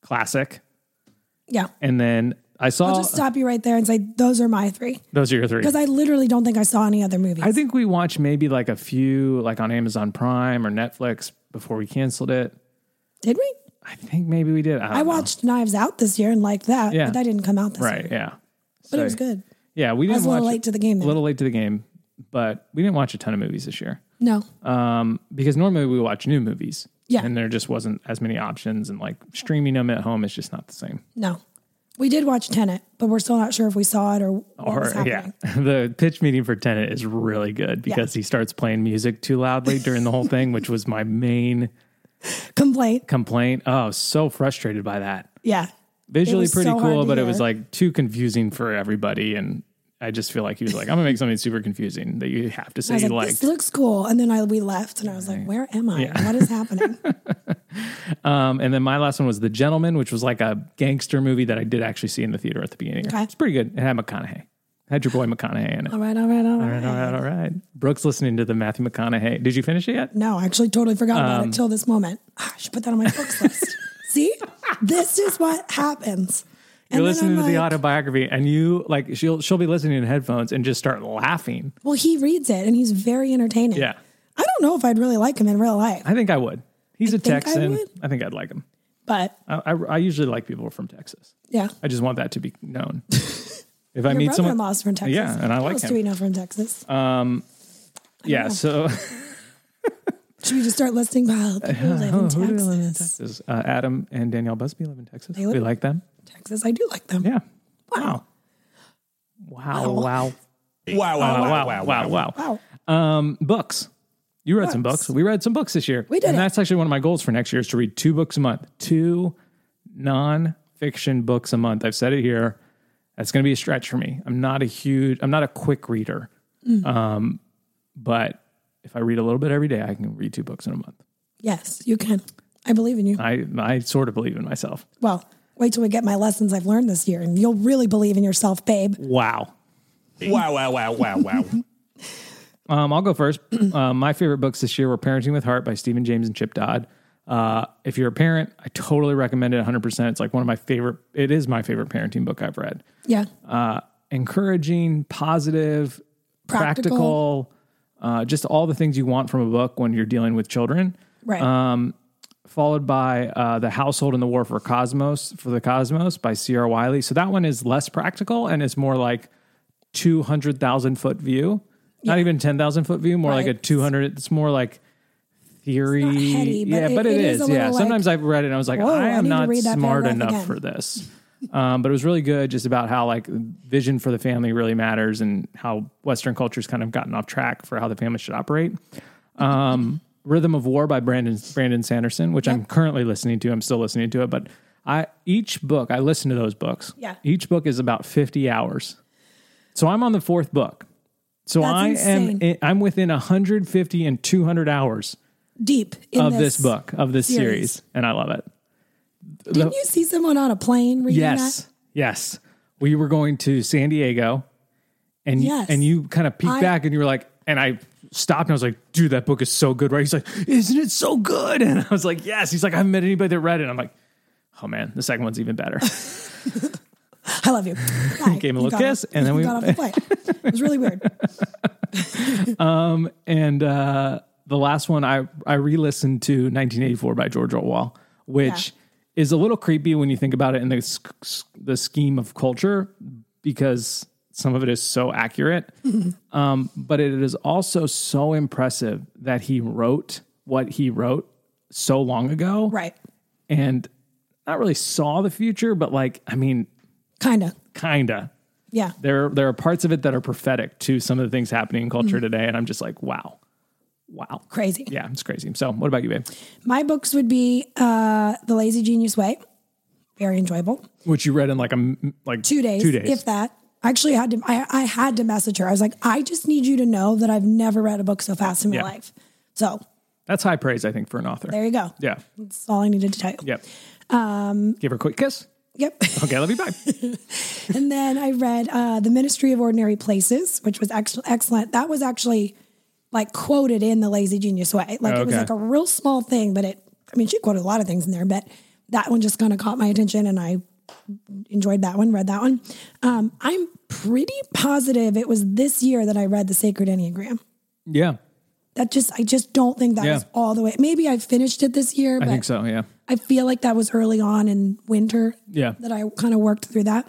[SPEAKER 1] classic.
[SPEAKER 2] Yeah.
[SPEAKER 1] And then I saw
[SPEAKER 2] I'll just stop you right there and say those are my three.
[SPEAKER 1] those are your three.
[SPEAKER 2] Because I literally don't think I saw any other movies.
[SPEAKER 1] I think we watched maybe like a few like on Amazon Prime or Netflix before we canceled it.
[SPEAKER 2] Did we?
[SPEAKER 1] I think maybe we did. I, don't
[SPEAKER 2] I
[SPEAKER 1] know.
[SPEAKER 2] watched Knives Out this year and liked that,
[SPEAKER 1] Yeah.
[SPEAKER 2] but that didn't come out this year.
[SPEAKER 1] Right. Yeah.
[SPEAKER 2] But it was good.
[SPEAKER 1] Yeah, we didn't
[SPEAKER 2] was a little
[SPEAKER 1] watch
[SPEAKER 2] late to the game
[SPEAKER 1] A
[SPEAKER 2] then.
[SPEAKER 1] little late to the game, but we didn't watch a ton of movies this year
[SPEAKER 2] No.
[SPEAKER 1] um, because normally we watch new movies.
[SPEAKER 2] Yeah.
[SPEAKER 1] and there just wasn't as many options, and like streaming them at home is just not the same.
[SPEAKER 2] No. We did watch Tenet, but we're still not sure if we saw it or what was
[SPEAKER 1] Or
[SPEAKER 2] happening.
[SPEAKER 1] yeah, (laughs) the pitch meeting for Tenet is really good because he starts playing music too loudly during the whole thing, which was my main
[SPEAKER 2] Complaint.
[SPEAKER 1] complaint. Oh, so frustrated by that.
[SPEAKER 2] Yeah.
[SPEAKER 1] Visually
[SPEAKER 2] was
[SPEAKER 1] pretty
[SPEAKER 2] so hard
[SPEAKER 1] cool,
[SPEAKER 2] to
[SPEAKER 1] but it was
[SPEAKER 2] hear.
[SPEAKER 1] like too confusing for everybody, and I just feel like he was like, "I'm gonna make something super confusing that you have to
[SPEAKER 2] I
[SPEAKER 1] say
[SPEAKER 2] was
[SPEAKER 1] you
[SPEAKER 2] like,
[SPEAKER 1] like."
[SPEAKER 2] this looks cool. And then I we left and I was like, where am I? What
[SPEAKER 1] (laughs)
[SPEAKER 2] is happening?
[SPEAKER 1] Um, and then my last one was The Gentleman, which was like a gangster movie that I did actually see in the theater at the beginning.
[SPEAKER 2] Okay.
[SPEAKER 1] It's pretty good. It had McConaughey. Had your boy McConaughey in it.
[SPEAKER 2] all right, all right, all right.
[SPEAKER 1] All right, all right. Brooke's listening to the Matthew McConaughey. Did you finish it yet?
[SPEAKER 2] No, I actually totally forgot
[SPEAKER 1] Um,
[SPEAKER 2] about it till this moment. Ah, I should put that on my
[SPEAKER 1] (laughs)
[SPEAKER 2] books list. See? This is what happens. And
[SPEAKER 1] You're
[SPEAKER 2] then
[SPEAKER 1] listening
[SPEAKER 2] I'm
[SPEAKER 1] to the
[SPEAKER 2] like,
[SPEAKER 1] autobiography, and you like she'll she'll be listening in headphones and just start laughing.
[SPEAKER 2] Well, he reads it and he's very entertaining.
[SPEAKER 1] Yeah,
[SPEAKER 2] I don't know if I'd really like him in real life,
[SPEAKER 1] I think I would. He's a
[SPEAKER 2] think I
[SPEAKER 1] Texan.
[SPEAKER 2] would.
[SPEAKER 1] I think I'd like him.
[SPEAKER 2] but
[SPEAKER 1] I, I, I usually like people from Texas.
[SPEAKER 2] yeah.
[SPEAKER 1] I just want that to be
[SPEAKER 2] (laughs)
[SPEAKER 1] known. if I
[SPEAKER 2] Your
[SPEAKER 1] meet
[SPEAKER 2] brother in
[SPEAKER 1] someone,
[SPEAKER 2] law's from Texas.
[SPEAKER 1] Yeah, and I like
[SPEAKER 2] What else
[SPEAKER 1] him. Uh,
[SPEAKER 2] do we know from Texas?
[SPEAKER 1] yeah. So. (laughs)
[SPEAKER 2] Should we just start listing wow, people live in
[SPEAKER 1] Who do they live in
[SPEAKER 2] Texas?
[SPEAKER 1] Texas? Uh, Adam and Danielle Busby live in Texas.
[SPEAKER 2] live
[SPEAKER 1] we
[SPEAKER 2] in-
[SPEAKER 1] like them.
[SPEAKER 2] Texas, I do like them.
[SPEAKER 1] Yeah. Wow. Wow. Wow.
[SPEAKER 3] Wow, wow,
[SPEAKER 1] Uh, Wow. Wow. Wow. Wow.
[SPEAKER 2] Wow.
[SPEAKER 1] Um, books. You read some
[SPEAKER 2] Books.
[SPEAKER 1] books. We read some books this year.
[SPEAKER 2] We did
[SPEAKER 1] And
[SPEAKER 2] it.
[SPEAKER 1] that's actually one of my goals for next year is to read two books a month, two nonfiction books a month. I've said it here. That's going to be a stretch for me. I'm not a huge, I'm not a quick reader. Um, but if I read a little bit every day, I can read two books in a month.
[SPEAKER 2] Yes, you can. I believe in you.
[SPEAKER 1] I, I sort of believe in myself.
[SPEAKER 2] Well, wait till we get my lessons I've learned this year, and you'll really believe in yourself, babe.
[SPEAKER 1] Wow.
[SPEAKER 3] wow, wow, wow, wow, wow.
[SPEAKER 1] Um, I'll go first. (clears throat) uh, my favorite books this year were Parenting with Heart by Stephen James and Chip Dodd. Uh, if you're a parent, I totally recommend it 100%. It's like one of my favorite, it is my favorite parenting book I've read.
[SPEAKER 2] Yeah.
[SPEAKER 1] Uh, encouraging, positive, practical,
[SPEAKER 2] Practical.
[SPEAKER 1] uh, just all the things you want from a book when you're dealing with children.
[SPEAKER 2] Right.
[SPEAKER 1] Uh, Followed by uh, The Household and the War for Cosmos for the Cosmos by C.R. Wiley. So that one is less practical and it's more like 200,000 foot view. Not even 10,000 foot view, more like a
[SPEAKER 2] Right.
[SPEAKER 1] 200. It's more like theory.
[SPEAKER 2] heady, but
[SPEAKER 1] yeah,
[SPEAKER 2] it-
[SPEAKER 1] but
[SPEAKER 2] it
[SPEAKER 1] it
[SPEAKER 2] is
[SPEAKER 1] is.
[SPEAKER 2] a
[SPEAKER 1] yeah.
[SPEAKER 2] little
[SPEAKER 1] Sometimes I've read it and I was like,
[SPEAKER 2] whoa,
[SPEAKER 1] I
[SPEAKER 2] I
[SPEAKER 1] am
[SPEAKER 2] need to
[SPEAKER 1] not
[SPEAKER 2] read that
[SPEAKER 1] smart
[SPEAKER 2] paragraph
[SPEAKER 1] enough
[SPEAKER 2] again.
[SPEAKER 1] for this. Um, but it was really good just about how like vision for the family really matters and how Western culture's kind of gotten off track for how the family should operate. Rhythm of War by Brandon Brandon Sanderson, which I'm currently listening to. I'm still listening to it, but I each book I listen to those books.
[SPEAKER 2] Yeah.
[SPEAKER 1] Each book is about 50 hours. So I'm on the fourth book. So
[SPEAKER 2] That's
[SPEAKER 1] I
[SPEAKER 2] insane.
[SPEAKER 1] am I'm within 150 and 200 hours
[SPEAKER 2] Deep in
[SPEAKER 1] of this, book of this series.
[SPEAKER 2] series.
[SPEAKER 1] and I love it.
[SPEAKER 2] Didn't you see someone on a plane reading
[SPEAKER 1] Yes.
[SPEAKER 2] that?
[SPEAKER 1] Yes. We were going to San Diego and
[SPEAKER 2] Yes.
[SPEAKER 1] and you kind of peeked
[SPEAKER 2] I-
[SPEAKER 1] back and you were like and I stopped and I was like, dude, that book is so good, right? He's like, isn't it so good? (laughs) And I was like, yes. He's like, I haven't met anybody that read it. And I'm like, oh man, the second one's even better.
[SPEAKER 2] I
[SPEAKER 1] (laughs)
[SPEAKER 2] love you. Bye.
[SPEAKER 1] Gave him a
[SPEAKER 2] You
[SPEAKER 1] little
[SPEAKER 2] got
[SPEAKER 1] kiss,
[SPEAKER 2] off-
[SPEAKER 1] and then
[SPEAKER 2] you
[SPEAKER 1] we-
[SPEAKER 2] got off the plane. It was
[SPEAKER 1] (laughs)
[SPEAKER 2] really weird.
[SPEAKER 1] and uh, the last one I I re-listened to 1984 by George Orwell, which is a little creepy when you think about it in the sk- s- the scheme of culture because some of it is so accurate. um, but it is also so impressive that he wrote what he wrote so long ago,
[SPEAKER 2] Right.
[SPEAKER 1] And not really saw the future, but like I mean,
[SPEAKER 2] Kinda.
[SPEAKER 1] kinda.
[SPEAKER 2] Yeah.
[SPEAKER 1] There there are parts of it that are prophetic to some of the things happening in
[SPEAKER 2] Mm-hmm.
[SPEAKER 1] culture today, and I'm just like, wow, wow
[SPEAKER 2] Crazy.
[SPEAKER 1] yeah, it's crazy. So, what about you, babe?
[SPEAKER 2] My books would be uh, The Lazy Genius Way. Very enjoyable.
[SPEAKER 1] Which you read in like a m- like
[SPEAKER 2] Two days,
[SPEAKER 1] two days.
[SPEAKER 2] if that. I actually had to I, I had to message her. I was like, I just need you to know that I've never read a book so fast in my
[SPEAKER 1] Yeah.
[SPEAKER 2] life. So
[SPEAKER 1] That's high praise, I think, for an author.
[SPEAKER 2] there you go.
[SPEAKER 1] Yeah.
[SPEAKER 2] That's all I needed to tell you.
[SPEAKER 1] Yep. Um, Give her a quick kiss.
[SPEAKER 2] Yep. (laughs)
[SPEAKER 1] Okay, I love you. Bye.
[SPEAKER 2] and then I read uh, The Ministry of Ordinary Places, which was ex- excellent. That was actually like quoted in the Lazy Genius way. Like it was
[SPEAKER 1] Okay.
[SPEAKER 2] like a real small thing, but it, I mean, she quoted a lot of things in there, but that one just kind of caught my attention and I enjoyed that one, read that one. Um, I'm pretty positive it was this year that I read The Sacred Enneagram.
[SPEAKER 1] yeah.
[SPEAKER 2] That just, I just don't think that
[SPEAKER 1] Yeah.
[SPEAKER 2] was all the way. Maybe I finished it this year,
[SPEAKER 1] I
[SPEAKER 2] but
[SPEAKER 1] think so. Yeah.
[SPEAKER 2] I feel like that was early on in winter
[SPEAKER 1] Yeah.
[SPEAKER 2] that I kind of worked through that,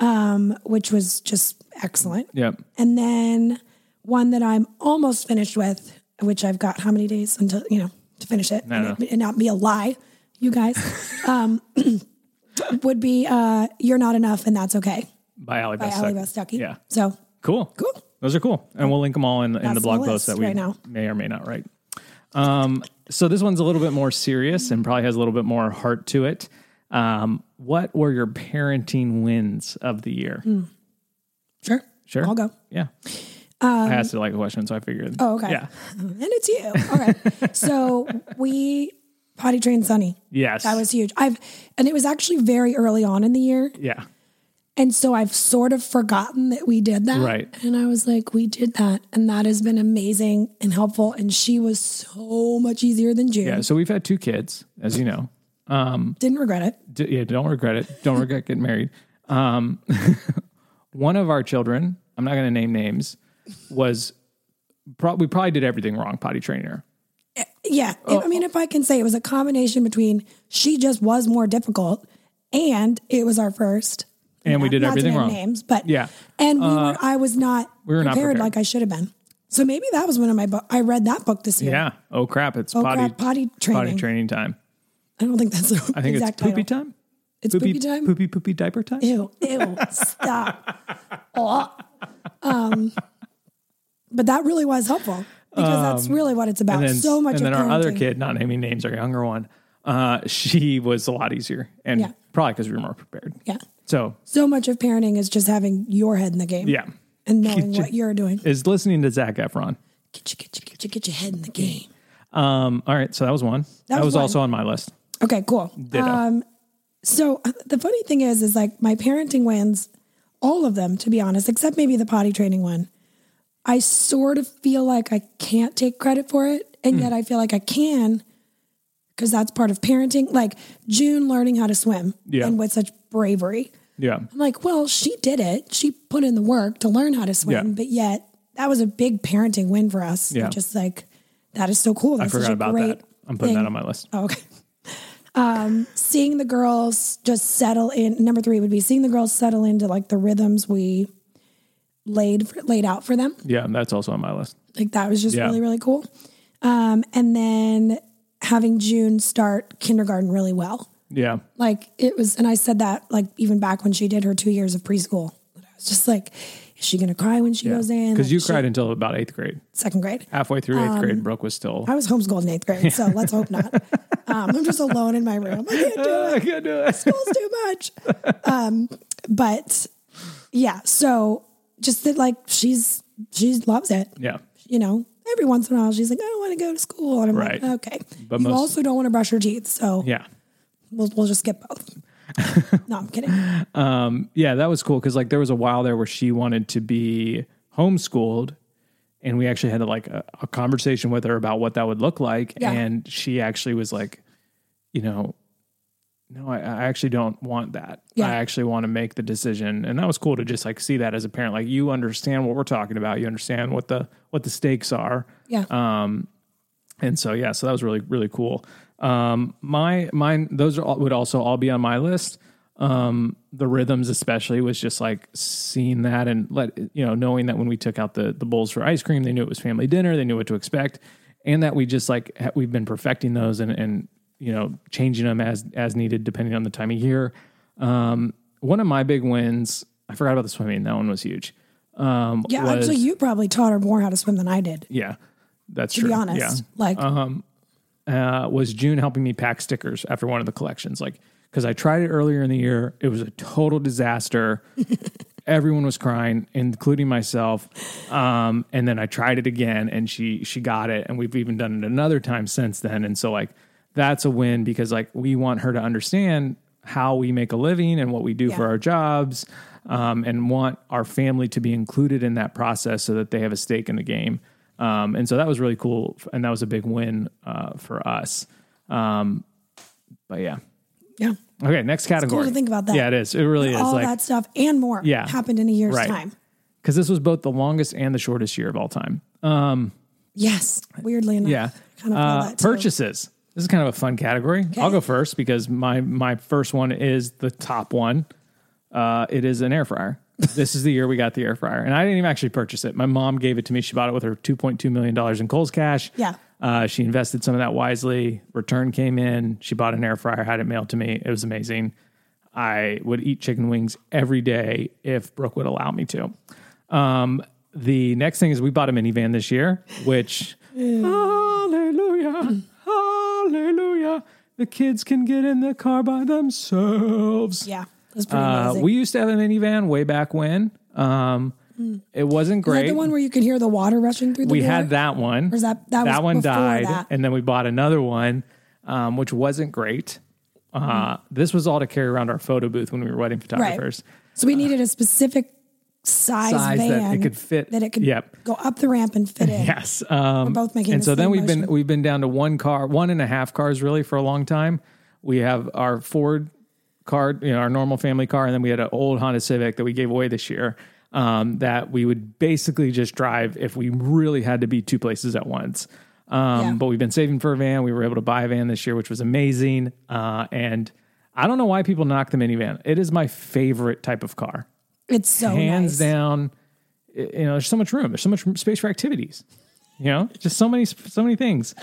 [SPEAKER 2] um, which was just excellent.
[SPEAKER 1] Yep.
[SPEAKER 2] And then one that I'm almost finished with, which I've got how many days until, you know, to finish it
[SPEAKER 1] No,
[SPEAKER 2] and,
[SPEAKER 1] no.
[SPEAKER 2] it- and not be a lie,
[SPEAKER 1] (laughs)
[SPEAKER 2] you guys, um, (clears throat) would be uh, You're Not Enough and That's Okay
[SPEAKER 1] By Ali
[SPEAKER 2] by
[SPEAKER 1] Best.
[SPEAKER 2] Ali
[SPEAKER 1] Stuck.
[SPEAKER 2] Vestucky.
[SPEAKER 1] Yeah.
[SPEAKER 2] So
[SPEAKER 1] Cool.
[SPEAKER 2] Cool.
[SPEAKER 1] Those are cool. And we'll link them all in, in the
[SPEAKER 2] That's
[SPEAKER 1] blog
[SPEAKER 2] the
[SPEAKER 1] post that
[SPEAKER 2] list
[SPEAKER 1] we
[SPEAKER 2] right now.
[SPEAKER 1] may or may not write. Um, so this one's a little bit more serious and probably has a little bit more heart to it. Um, what were your parenting wins of the year?
[SPEAKER 2] sure.
[SPEAKER 1] Sure.
[SPEAKER 2] Hmm, I'll go.
[SPEAKER 1] Yeah. I asked it like a question, so I figured.
[SPEAKER 2] Oh, okay.
[SPEAKER 1] Yeah.
[SPEAKER 2] (laughs) And it's you. All right. so we potty trained
[SPEAKER 1] (laughs)
[SPEAKER 2] Sunny.
[SPEAKER 1] Yes.
[SPEAKER 2] That was huge. I've, and it was actually very early on in the year.
[SPEAKER 1] Yeah.
[SPEAKER 2] And so I've sort of forgotten that we did that.
[SPEAKER 1] Right.
[SPEAKER 2] And I was like, we did that. And that has been amazing and helpful. And she was so much easier than June.
[SPEAKER 1] Yeah. So we've had two kids, as you know.
[SPEAKER 2] Didn't regret it.
[SPEAKER 1] D- yeah, don't regret it. Don't regret getting married. Um, (laughs) one of our children, I'm not going to name names, was pro- we probably did everything wrong potty trainer.
[SPEAKER 2] Yeah. If-
[SPEAKER 1] Oh.
[SPEAKER 2] I mean, if I can say it was a combination between she just was more difficult and it was our first.
[SPEAKER 1] And we
[SPEAKER 2] Not-
[SPEAKER 1] did
[SPEAKER 2] not to
[SPEAKER 1] everything
[SPEAKER 2] name
[SPEAKER 1] wrong.
[SPEAKER 2] Names, but
[SPEAKER 1] Yeah. Uh,
[SPEAKER 2] And we were, I was not
[SPEAKER 1] we were not prepared.
[SPEAKER 2] like I should have been. So maybe that was one of my book. I read that book this year.
[SPEAKER 1] Yeah. Oh crap! It's
[SPEAKER 2] Oh,
[SPEAKER 1] potty
[SPEAKER 2] crap, potty training.
[SPEAKER 1] potty training time.
[SPEAKER 2] I don't think that's the
[SPEAKER 1] I think
[SPEAKER 2] exact
[SPEAKER 1] it's poopy
[SPEAKER 2] title.
[SPEAKER 1] time.
[SPEAKER 2] It's poopy time?
[SPEAKER 1] Poopy poopy diaper time.
[SPEAKER 2] Ew, ew,
[SPEAKER 1] (laughs)
[SPEAKER 2] stop. Oh. Um, but that really was helpful because that's really what it's about.
[SPEAKER 1] Um, and then
[SPEAKER 2] so much.
[SPEAKER 1] And then
[SPEAKER 2] of
[SPEAKER 1] our other
[SPEAKER 2] parenting.
[SPEAKER 1] kid, not naming names, our younger one, uh, she was a lot easier, and
[SPEAKER 2] Yeah.
[SPEAKER 1] probably because we were more prepared.
[SPEAKER 2] Yeah.
[SPEAKER 1] So
[SPEAKER 2] So much of parenting is just having your head in the game.
[SPEAKER 1] yeah,
[SPEAKER 2] And knowing
[SPEAKER 1] Kitchen.
[SPEAKER 2] what you're doing.
[SPEAKER 1] is listening to Zach Efron.
[SPEAKER 2] Get your, get your, get your, get your head in the game.
[SPEAKER 1] Um, all right, so that was one. That,
[SPEAKER 2] was
[SPEAKER 1] was
[SPEAKER 2] one.
[SPEAKER 1] also on my list.
[SPEAKER 2] Okay, cool.
[SPEAKER 1] Ditto.
[SPEAKER 2] Um, so uh, the funny thing is, is like my parenting wins, all of them, to be honest, except maybe the potty training one. I sort of feel like I can't take credit for it,
[SPEAKER 1] Hmm.
[SPEAKER 2] and yet I feel like I can because that's part of parenting. Like June learning how to swim
[SPEAKER 1] Yeah.
[SPEAKER 2] and with such bravery.
[SPEAKER 1] Yeah.
[SPEAKER 2] I'm like, well, she did it. She put in the work to learn how to swim,
[SPEAKER 1] Yeah.
[SPEAKER 2] but yet that was a big parenting win for us.
[SPEAKER 1] Yeah.
[SPEAKER 2] Just like that is so cool.
[SPEAKER 1] I
[SPEAKER 2] That's such
[SPEAKER 1] forgot
[SPEAKER 2] a
[SPEAKER 1] about
[SPEAKER 2] great
[SPEAKER 1] that. I'm putting
[SPEAKER 2] thing.
[SPEAKER 1] that on my list.
[SPEAKER 2] Oh, okay. Um, seeing the girls just settle in. Number three would be seeing the girls settle into like the rhythms we laid for, laid out for them.
[SPEAKER 1] Yeah, that's also on my list.
[SPEAKER 2] Like that was just
[SPEAKER 1] Yeah.
[SPEAKER 2] really really cool. Um, and then having June start kindergarten really well.
[SPEAKER 1] Yeah.
[SPEAKER 2] Like it was, and I said that like even back when she did her two years of preschool. I was just like, is she gonna cry when she goes in?
[SPEAKER 1] Because
[SPEAKER 2] Like,
[SPEAKER 1] you
[SPEAKER 2] she-
[SPEAKER 1] cried until about eighth grade.
[SPEAKER 2] second grade.
[SPEAKER 1] Halfway through eighth
[SPEAKER 2] Um,
[SPEAKER 1] grade, Brooke was still.
[SPEAKER 2] I was homeschooled in eighth grade, so let's
[SPEAKER 1] (laughs)
[SPEAKER 2] hope not. Um, I'm just alone in my room. I can't do it.
[SPEAKER 1] I can't do it.
[SPEAKER 2] school's too
[SPEAKER 1] (laughs)
[SPEAKER 2] much. Um, but yeah, so just that like she's she loves it.
[SPEAKER 1] Yeah.
[SPEAKER 2] You know, every once in a while she's like, I don't want to go to school, and I'm
[SPEAKER 1] Right.
[SPEAKER 2] like, okay.
[SPEAKER 1] But
[SPEAKER 2] you
[SPEAKER 1] most-
[SPEAKER 2] also don't want to brush your teeth, so
[SPEAKER 1] Yeah.
[SPEAKER 2] we'll we'll just skip
[SPEAKER 1] (laughs)
[SPEAKER 2] both. no, I'm kidding.
[SPEAKER 1] Yeah, that was cool because like there was a while there where she wanted to be homeschooled, and we actually had like a, a conversation with her about what that would look like,
[SPEAKER 2] Yeah.
[SPEAKER 1] and she actually was like, you know, no, I, I actually don't want that.
[SPEAKER 2] Yeah.
[SPEAKER 1] I actually want to make the decision, and that was cool to just like see that as a parent, like you understand what we're talking about, you understand what the what the stakes are,
[SPEAKER 2] Yeah,
[SPEAKER 1] Um, and so yeah, so that was really really cool. Um, my mine those are all, would also all be on my list. Um, the rhythms especially was just like seeing that and let you know knowing that when we took out the the bowls for ice cream, they knew it was family dinner, they knew what to expect, and that we just like ha- we've been perfecting those and and you know changing them as as needed depending on the time of year. Um, one of my big wins, I forgot about the swimming. That one was huge. Um,
[SPEAKER 2] yeah.
[SPEAKER 1] was-
[SPEAKER 2] Actually, you probably taught her more how to swim than I did.
[SPEAKER 1] yeah, that's
[SPEAKER 2] To
[SPEAKER 1] true.
[SPEAKER 2] be honest,
[SPEAKER 1] yeah Uh-huh.
[SPEAKER 2] like
[SPEAKER 1] uh, was June helping me pack stickers after one of the collections. Like, because I tried it earlier in the year, it was a total disaster. Everyone was crying, including myself. Um, and then I tried it again, and she she got it, and we've even done it another time since then. And so like that's a win because like we want her to understand how we make a living and what we do for
[SPEAKER 2] Yeah.
[SPEAKER 1] our jobs, um, and want our family to be included in that process so that they have a stake in the game. Um, and so that was really cool, and that was a big win uh, for us. Um, but yeah.
[SPEAKER 2] Yeah.
[SPEAKER 1] Okay, next category.
[SPEAKER 2] to think about that.
[SPEAKER 1] Yeah, it is. It really is.
[SPEAKER 2] All
[SPEAKER 1] like,
[SPEAKER 2] that stuff and more
[SPEAKER 1] Yeah.
[SPEAKER 2] happened in a year's
[SPEAKER 1] Right.
[SPEAKER 2] time.
[SPEAKER 1] because this was both the longest and the shortest year of all time.
[SPEAKER 2] Yes. Weirdly enough.
[SPEAKER 1] Yeah.
[SPEAKER 2] Kind of all
[SPEAKER 1] Uh,
[SPEAKER 2] that too.
[SPEAKER 1] purchases. This is kind of a fun category. I'll go first because my my first one is the top one. Uh, it is an air
[SPEAKER 2] (laughs)
[SPEAKER 1] fryer. this is the year we got the air fryer, and I didn't even actually purchase it. My mom gave it to me. She bought it with her two point two million dollars in Kohl's cash.
[SPEAKER 2] Yeah.
[SPEAKER 1] Uh, she invested some of that wisely. Return came in. She bought an air fryer, had it mailed to me. It was amazing. I would eat chicken wings every day if Brooke would allow me to. Um, the next thing is we bought a minivan this year, which hallelujah, hallelujah. The kids can get in the car by themselves.
[SPEAKER 2] Yeah. That's pretty
[SPEAKER 1] Uh,
[SPEAKER 2] amazing.
[SPEAKER 1] we used to have a minivan way back when. Um, It wasn't
[SPEAKER 2] Hmm. Is
[SPEAKER 1] great.
[SPEAKER 2] that the one where you could hear the water rushing through the
[SPEAKER 1] we
[SPEAKER 2] door?
[SPEAKER 1] had that one.
[SPEAKER 2] is that- that was
[SPEAKER 1] one
[SPEAKER 2] before
[SPEAKER 1] died,
[SPEAKER 2] that?
[SPEAKER 1] and then we bought another one, um, which wasn't great.
[SPEAKER 2] Hmm.
[SPEAKER 1] Uh, This was all to carry around our photo booth when we were wedding photographers.
[SPEAKER 2] So we needed a specific size,
[SPEAKER 1] Size that
[SPEAKER 2] van
[SPEAKER 1] it could fit.
[SPEAKER 2] That it could
[SPEAKER 1] Yep.
[SPEAKER 2] go up the ramp and fit in.
[SPEAKER 1] Yes. Um,
[SPEAKER 2] We're both making
[SPEAKER 1] and
[SPEAKER 2] the
[SPEAKER 1] so then
[SPEAKER 2] same
[SPEAKER 1] we've been
[SPEAKER 2] motion.
[SPEAKER 1] we've been down to one car, one and a half cars really for a long time. We have our Ford car, you know, our normal family car, and then we had an old Honda Civic that we gave away this year. Um, that we would basically just drive if we really had to be two places at once. Um,
[SPEAKER 2] Yeah.
[SPEAKER 1] But we've been saving for a van. We were able to buy a van this year, which was amazing. Uh, and I don't know why people knock the minivan. It is my favorite type of car
[SPEAKER 2] It's so
[SPEAKER 1] hands
[SPEAKER 2] Oh, nice.
[SPEAKER 1] down. i- You know, there's so much room. There's so much space for activities. You know, just so many, so many things.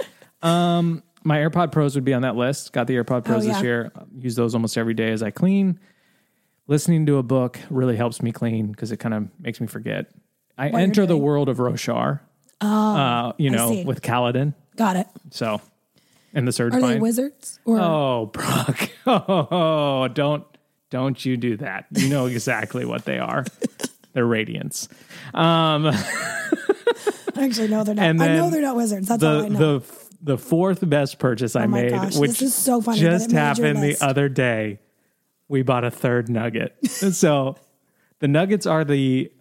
[SPEAKER 1] Um, my AirPod Pros would be on that list. Got the AirPod Pros
[SPEAKER 2] Oh, yeah.
[SPEAKER 1] this year. Use those almost every day as I clean. Listening to a book really helps me clean because it kind of makes me forget. I
[SPEAKER 2] you're
[SPEAKER 1] enter the
[SPEAKER 2] doing.
[SPEAKER 1] world of Roshar. Oh, uh, you know,
[SPEAKER 2] see.
[SPEAKER 1] with Kaladin.
[SPEAKER 2] Got it.
[SPEAKER 1] So, and the Surge
[SPEAKER 2] Are they
[SPEAKER 1] Bind.
[SPEAKER 2] wizards or
[SPEAKER 1] Oh, Brock. (laughs) Oh, don't don't you do that. You know exactly what they are. They're radiance.
[SPEAKER 2] actually no? They're not.
[SPEAKER 1] And
[SPEAKER 2] I know
[SPEAKER 1] then
[SPEAKER 2] they're not wizards. That's all
[SPEAKER 1] The
[SPEAKER 2] I know. Oh
[SPEAKER 1] the the fourth best purchase I
[SPEAKER 2] my
[SPEAKER 1] made,
[SPEAKER 2] gosh,
[SPEAKER 1] which
[SPEAKER 2] this is so funny that
[SPEAKER 1] just
[SPEAKER 2] it made your
[SPEAKER 1] happened the
[SPEAKER 2] list.
[SPEAKER 1] other day. We bought a third nugget. (laughs) so the nuggets are the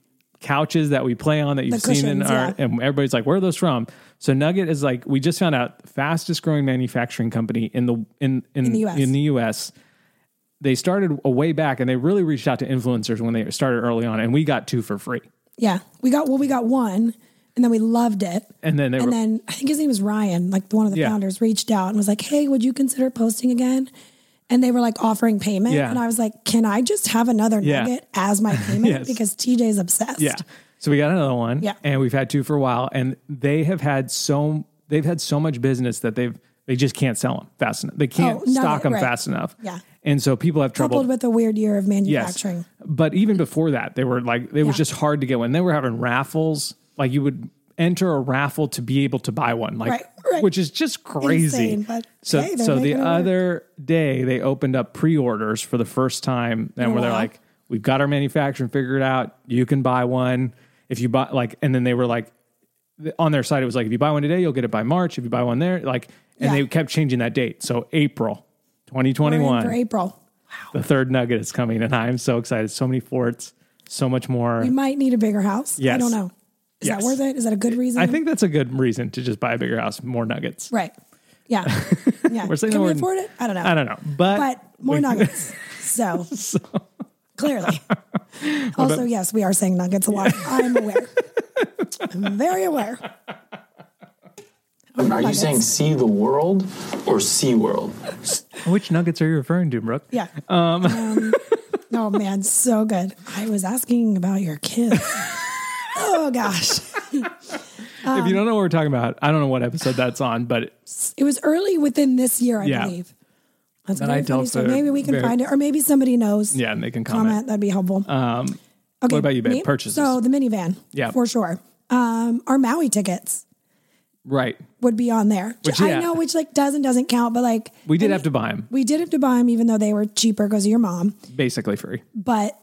[SPEAKER 1] couches that we play on that you've seen in
[SPEAKER 2] cushions,
[SPEAKER 1] our
[SPEAKER 2] yeah.
[SPEAKER 1] and everybody's like, where are those from? So Nugget is like we just found out the fastest growing manufacturing company in the in in,
[SPEAKER 2] the US.
[SPEAKER 1] In the US. They started a way back and they really reached out to influencers when they started early on and we got two for free.
[SPEAKER 2] yeah, we got well, we got one, and then we loved it.
[SPEAKER 1] And then they
[SPEAKER 2] And
[SPEAKER 1] were
[SPEAKER 2] then I think his name was Ryan, like one of the
[SPEAKER 1] Yeah.
[SPEAKER 2] founders, reached out and was like, "Hey, would you consider posting again?" And they were like offering payment,
[SPEAKER 1] Yeah.
[SPEAKER 2] and I was like, "Can I just have another
[SPEAKER 1] Yeah.
[SPEAKER 2] nugget
[SPEAKER 1] (laughs)
[SPEAKER 2] as my payment
[SPEAKER 1] Yes.
[SPEAKER 2] because TJ's obsessed?"
[SPEAKER 1] Yeah. So we got another one.
[SPEAKER 2] Yeah.
[SPEAKER 1] And we've had two for a while. And they have had so they've had so much business that they've they just can't sell them fast enough. They can't
[SPEAKER 2] Oh, no,
[SPEAKER 1] stock them
[SPEAKER 2] right.
[SPEAKER 1] fast enough.
[SPEAKER 2] Yeah.
[SPEAKER 1] And so people have trouble.
[SPEAKER 2] coupled with a weird year of
[SPEAKER 1] yes.
[SPEAKER 2] manufacturing.
[SPEAKER 1] But even before that, they were like it was
[SPEAKER 2] Yeah.
[SPEAKER 1] just hard to get one. They were having raffles. Like you would enter a raffle to be able to buy one. Like
[SPEAKER 2] Right, right.
[SPEAKER 1] which is just crazy.
[SPEAKER 2] Insane, but
[SPEAKER 1] so
[SPEAKER 2] hey, they're
[SPEAKER 1] so the
[SPEAKER 2] making it work.
[SPEAKER 1] other day they opened up pre-orders for the first time and
[SPEAKER 2] a
[SPEAKER 1] where they're
[SPEAKER 2] while.
[SPEAKER 1] like we've got our manufacturing figured out. You can buy one if you buy like, and then they were like, on their site it was like, if you buy one today, you'll get it by March. If you buy one there, like, and
[SPEAKER 2] Yeah.
[SPEAKER 1] they kept changing that date. So April,
[SPEAKER 2] We're in
[SPEAKER 1] 2021,
[SPEAKER 2] for April.
[SPEAKER 1] the third nugget is coming, and I'm so excited. So many forts, so much more.
[SPEAKER 2] We might need a bigger house. I
[SPEAKER 1] Yes.
[SPEAKER 2] don't know. Is
[SPEAKER 1] Yes.
[SPEAKER 2] that worth it? Is that a good reason?
[SPEAKER 1] I think that's a good reason to just buy a bigger house, more nuggets.
[SPEAKER 2] Right.
[SPEAKER 1] (laughs)
[SPEAKER 2] Yeah. Yeah.
[SPEAKER 1] We're saying the
[SPEAKER 2] Can we
[SPEAKER 1] word-
[SPEAKER 2] afford it? I don't know.
[SPEAKER 1] I don't know, but,
[SPEAKER 2] But
[SPEAKER 1] (laughs)
[SPEAKER 2] more nuggets. So, clearly. Also, yes, we are saying nuggets a lot. I'm aware. I'm very aware.
[SPEAKER 4] Are you saying see the world or sea world?
[SPEAKER 1] which nuggets are you referring to, Brooke?
[SPEAKER 2] Yeah. Um. oh man, so good. I was asking about your kids. oh gosh. um,
[SPEAKER 1] if you don't know what we're talking about, I don't know what episode that's on, but
[SPEAKER 2] It was early within this year, I
[SPEAKER 1] Yeah.
[SPEAKER 2] believe. That's
[SPEAKER 1] That
[SPEAKER 2] very
[SPEAKER 1] I
[SPEAKER 2] funny.
[SPEAKER 1] don't
[SPEAKER 2] So
[SPEAKER 1] know.
[SPEAKER 2] maybe we can
[SPEAKER 1] Very-
[SPEAKER 2] find it, or maybe somebody knows.
[SPEAKER 1] yeah, and they can
[SPEAKER 2] comment.
[SPEAKER 1] comment.
[SPEAKER 2] That'd be helpful. Um, okay.
[SPEAKER 1] what about you, babe?
[SPEAKER 2] me?
[SPEAKER 1] Purchases.
[SPEAKER 2] So the minivan.
[SPEAKER 1] Yeah.
[SPEAKER 2] For sure. Um, our Maui tickets
[SPEAKER 1] Right.
[SPEAKER 2] would be on there.
[SPEAKER 1] Which, yeah.
[SPEAKER 2] I know, which like does and doesn't count, but like
[SPEAKER 1] We did have to buy them
[SPEAKER 2] we did have to buy them, even though they were cheaper because of your mom.
[SPEAKER 1] basically free.
[SPEAKER 2] But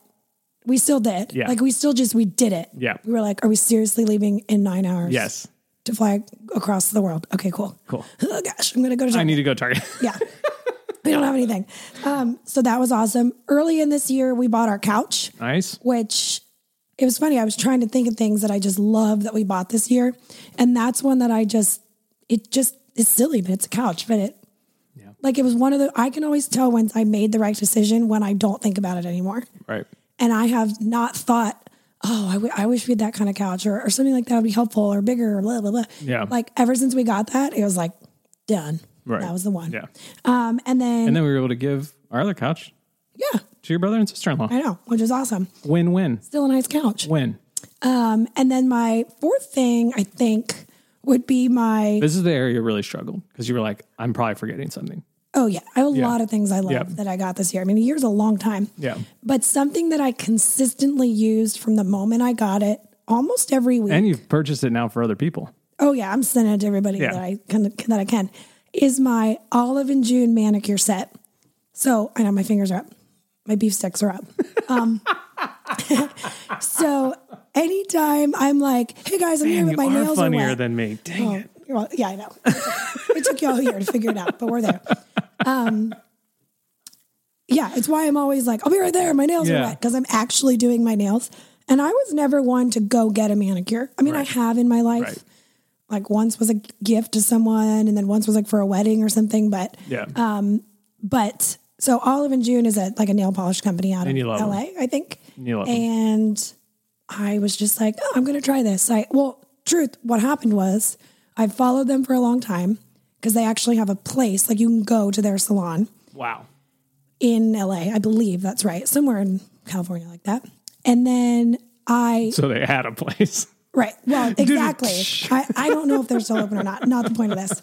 [SPEAKER 2] We still did.
[SPEAKER 1] Yeah.
[SPEAKER 2] Like we still just we did it.
[SPEAKER 1] Yeah.
[SPEAKER 2] We were like, are we seriously leaving in nine hours?
[SPEAKER 1] Yes.
[SPEAKER 2] To fly across the world. Okay, cool.
[SPEAKER 1] Cool.
[SPEAKER 2] (laughs) Oh gosh, I'm gonna go to
[SPEAKER 1] I
[SPEAKER 2] Japan.
[SPEAKER 1] need to go Target.
[SPEAKER 2] yeah. (laughs) we don't have anything. Um, so that was awesome. Early in this year, we bought our couch
[SPEAKER 1] (laughs) nice.
[SPEAKER 2] which it was funny. I was trying to think of things that I just love that we bought this year. And that's one that I just, it just is silly, but it's a couch. But it, like, it was one of the, I can always tell when I made the right decision when I don't think about it anymore.
[SPEAKER 1] Right.
[SPEAKER 2] And I have not thought, oh, I wi- I wish we had that kind of couch or, or something like that would be helpful or bigger or blah, blah, blah.
[SPEAKER 1] Yeah.
[SPEAKER 2] Like, ever since we got that, it was like, done.
[SPEAKER 1] Right.
[SPEAKER 2] That was the one.
[SPEAKER 1] Yeah.
[SPEAKER 2] Um, and then,
[SPEAKER 1] And then we were able to give our other couch
[SPEAKER 2] yeah,
[SPEAKER 1] to your brother and sister in law.
[SPEAKER 2] I know, which is awesome.
[SPEAKER 1] Win win.
[SPEAKER 2] Still a nice couch.
[SPEAKER 1] Win.
[SPEAKER 2] Um, and then my fourth thing I think would be my
[SPEAKER 1] This is the area you really struggled because you were like, I'm probably forgetting something.
[SPEAKER 2] oh yeah, I have a
[SPEAKER 1] Yeah.
[SPEAKER 2] lot of things I love
[SPEAKER 1] Yeah.
[SPEAKER 2] that I got this year. I mean, a year's a long time.
[SPEAKER 1] Yeah.
[SPEAKER 2] But something that I consistently used from the moment I got it almost every week.
[SPEAKER 1] And you've purchased it now for other people.
[SPEAKER 2] oh yeah, I'm sending it to everybody
[SPEAKER 1] Yeah.
[SPEAKER 2] that I can that I can. Is my olive and June manicure set. So I know my fingers are up. My beef sticks are up. Um, (laughs) so anytime I'm like, hey guys, I'm here, but
[SPEAKER 1] you
[SPEAKER 2] my
[SPEAKER 1] are
[SPEAKER 2] nails are
[SPEAKER 1] funnier
[SPEAKER 2] wet.
[SPEAKER 1] than me. Dang
[SPEAKER 2] Oh,
[SPEAKER 1] it.
[SPEAKER 2] well, yeah, I know. it took y'all a year to figure it out, but we're there. Um, yeah, it's why I'm always like, I'll be right there. My nails
[SPEAKER 1] Yeah.
[SPEAKER 2] are wet because I'm actually doing my nails. And I was never one to go get a manicure. I mean, I have in my life.
[SPEAKER 1] Right.
[SPEAKER 2] Like once was a gift to someone, and then once was like for a wedding or something. But
[SPEAKER 1] Yeah.
[SPEAKER 2] Uh, but so Olive and June is a like a nail polish company out of
[SPEAKER 1] And you love
[SPEAKER 2] LA, I think.
[SPEAKER 1] you love them.
[SPEAKER 2] and I was just like, oh, I'm gonna try this. I well, truth, what happened was I followed them for a long time because they actually have a place like you can go to their salon
[SPEAKER 1] wow.
[SPEAKER 2] in LA, I believe that's right, somewhere in California like that. And then I
[SPEAKER 1] So they had a place. (laughs)
[SPEAKER 2] Right. Well, exactly. I, I don't know if they're still open or not. Not the point of this.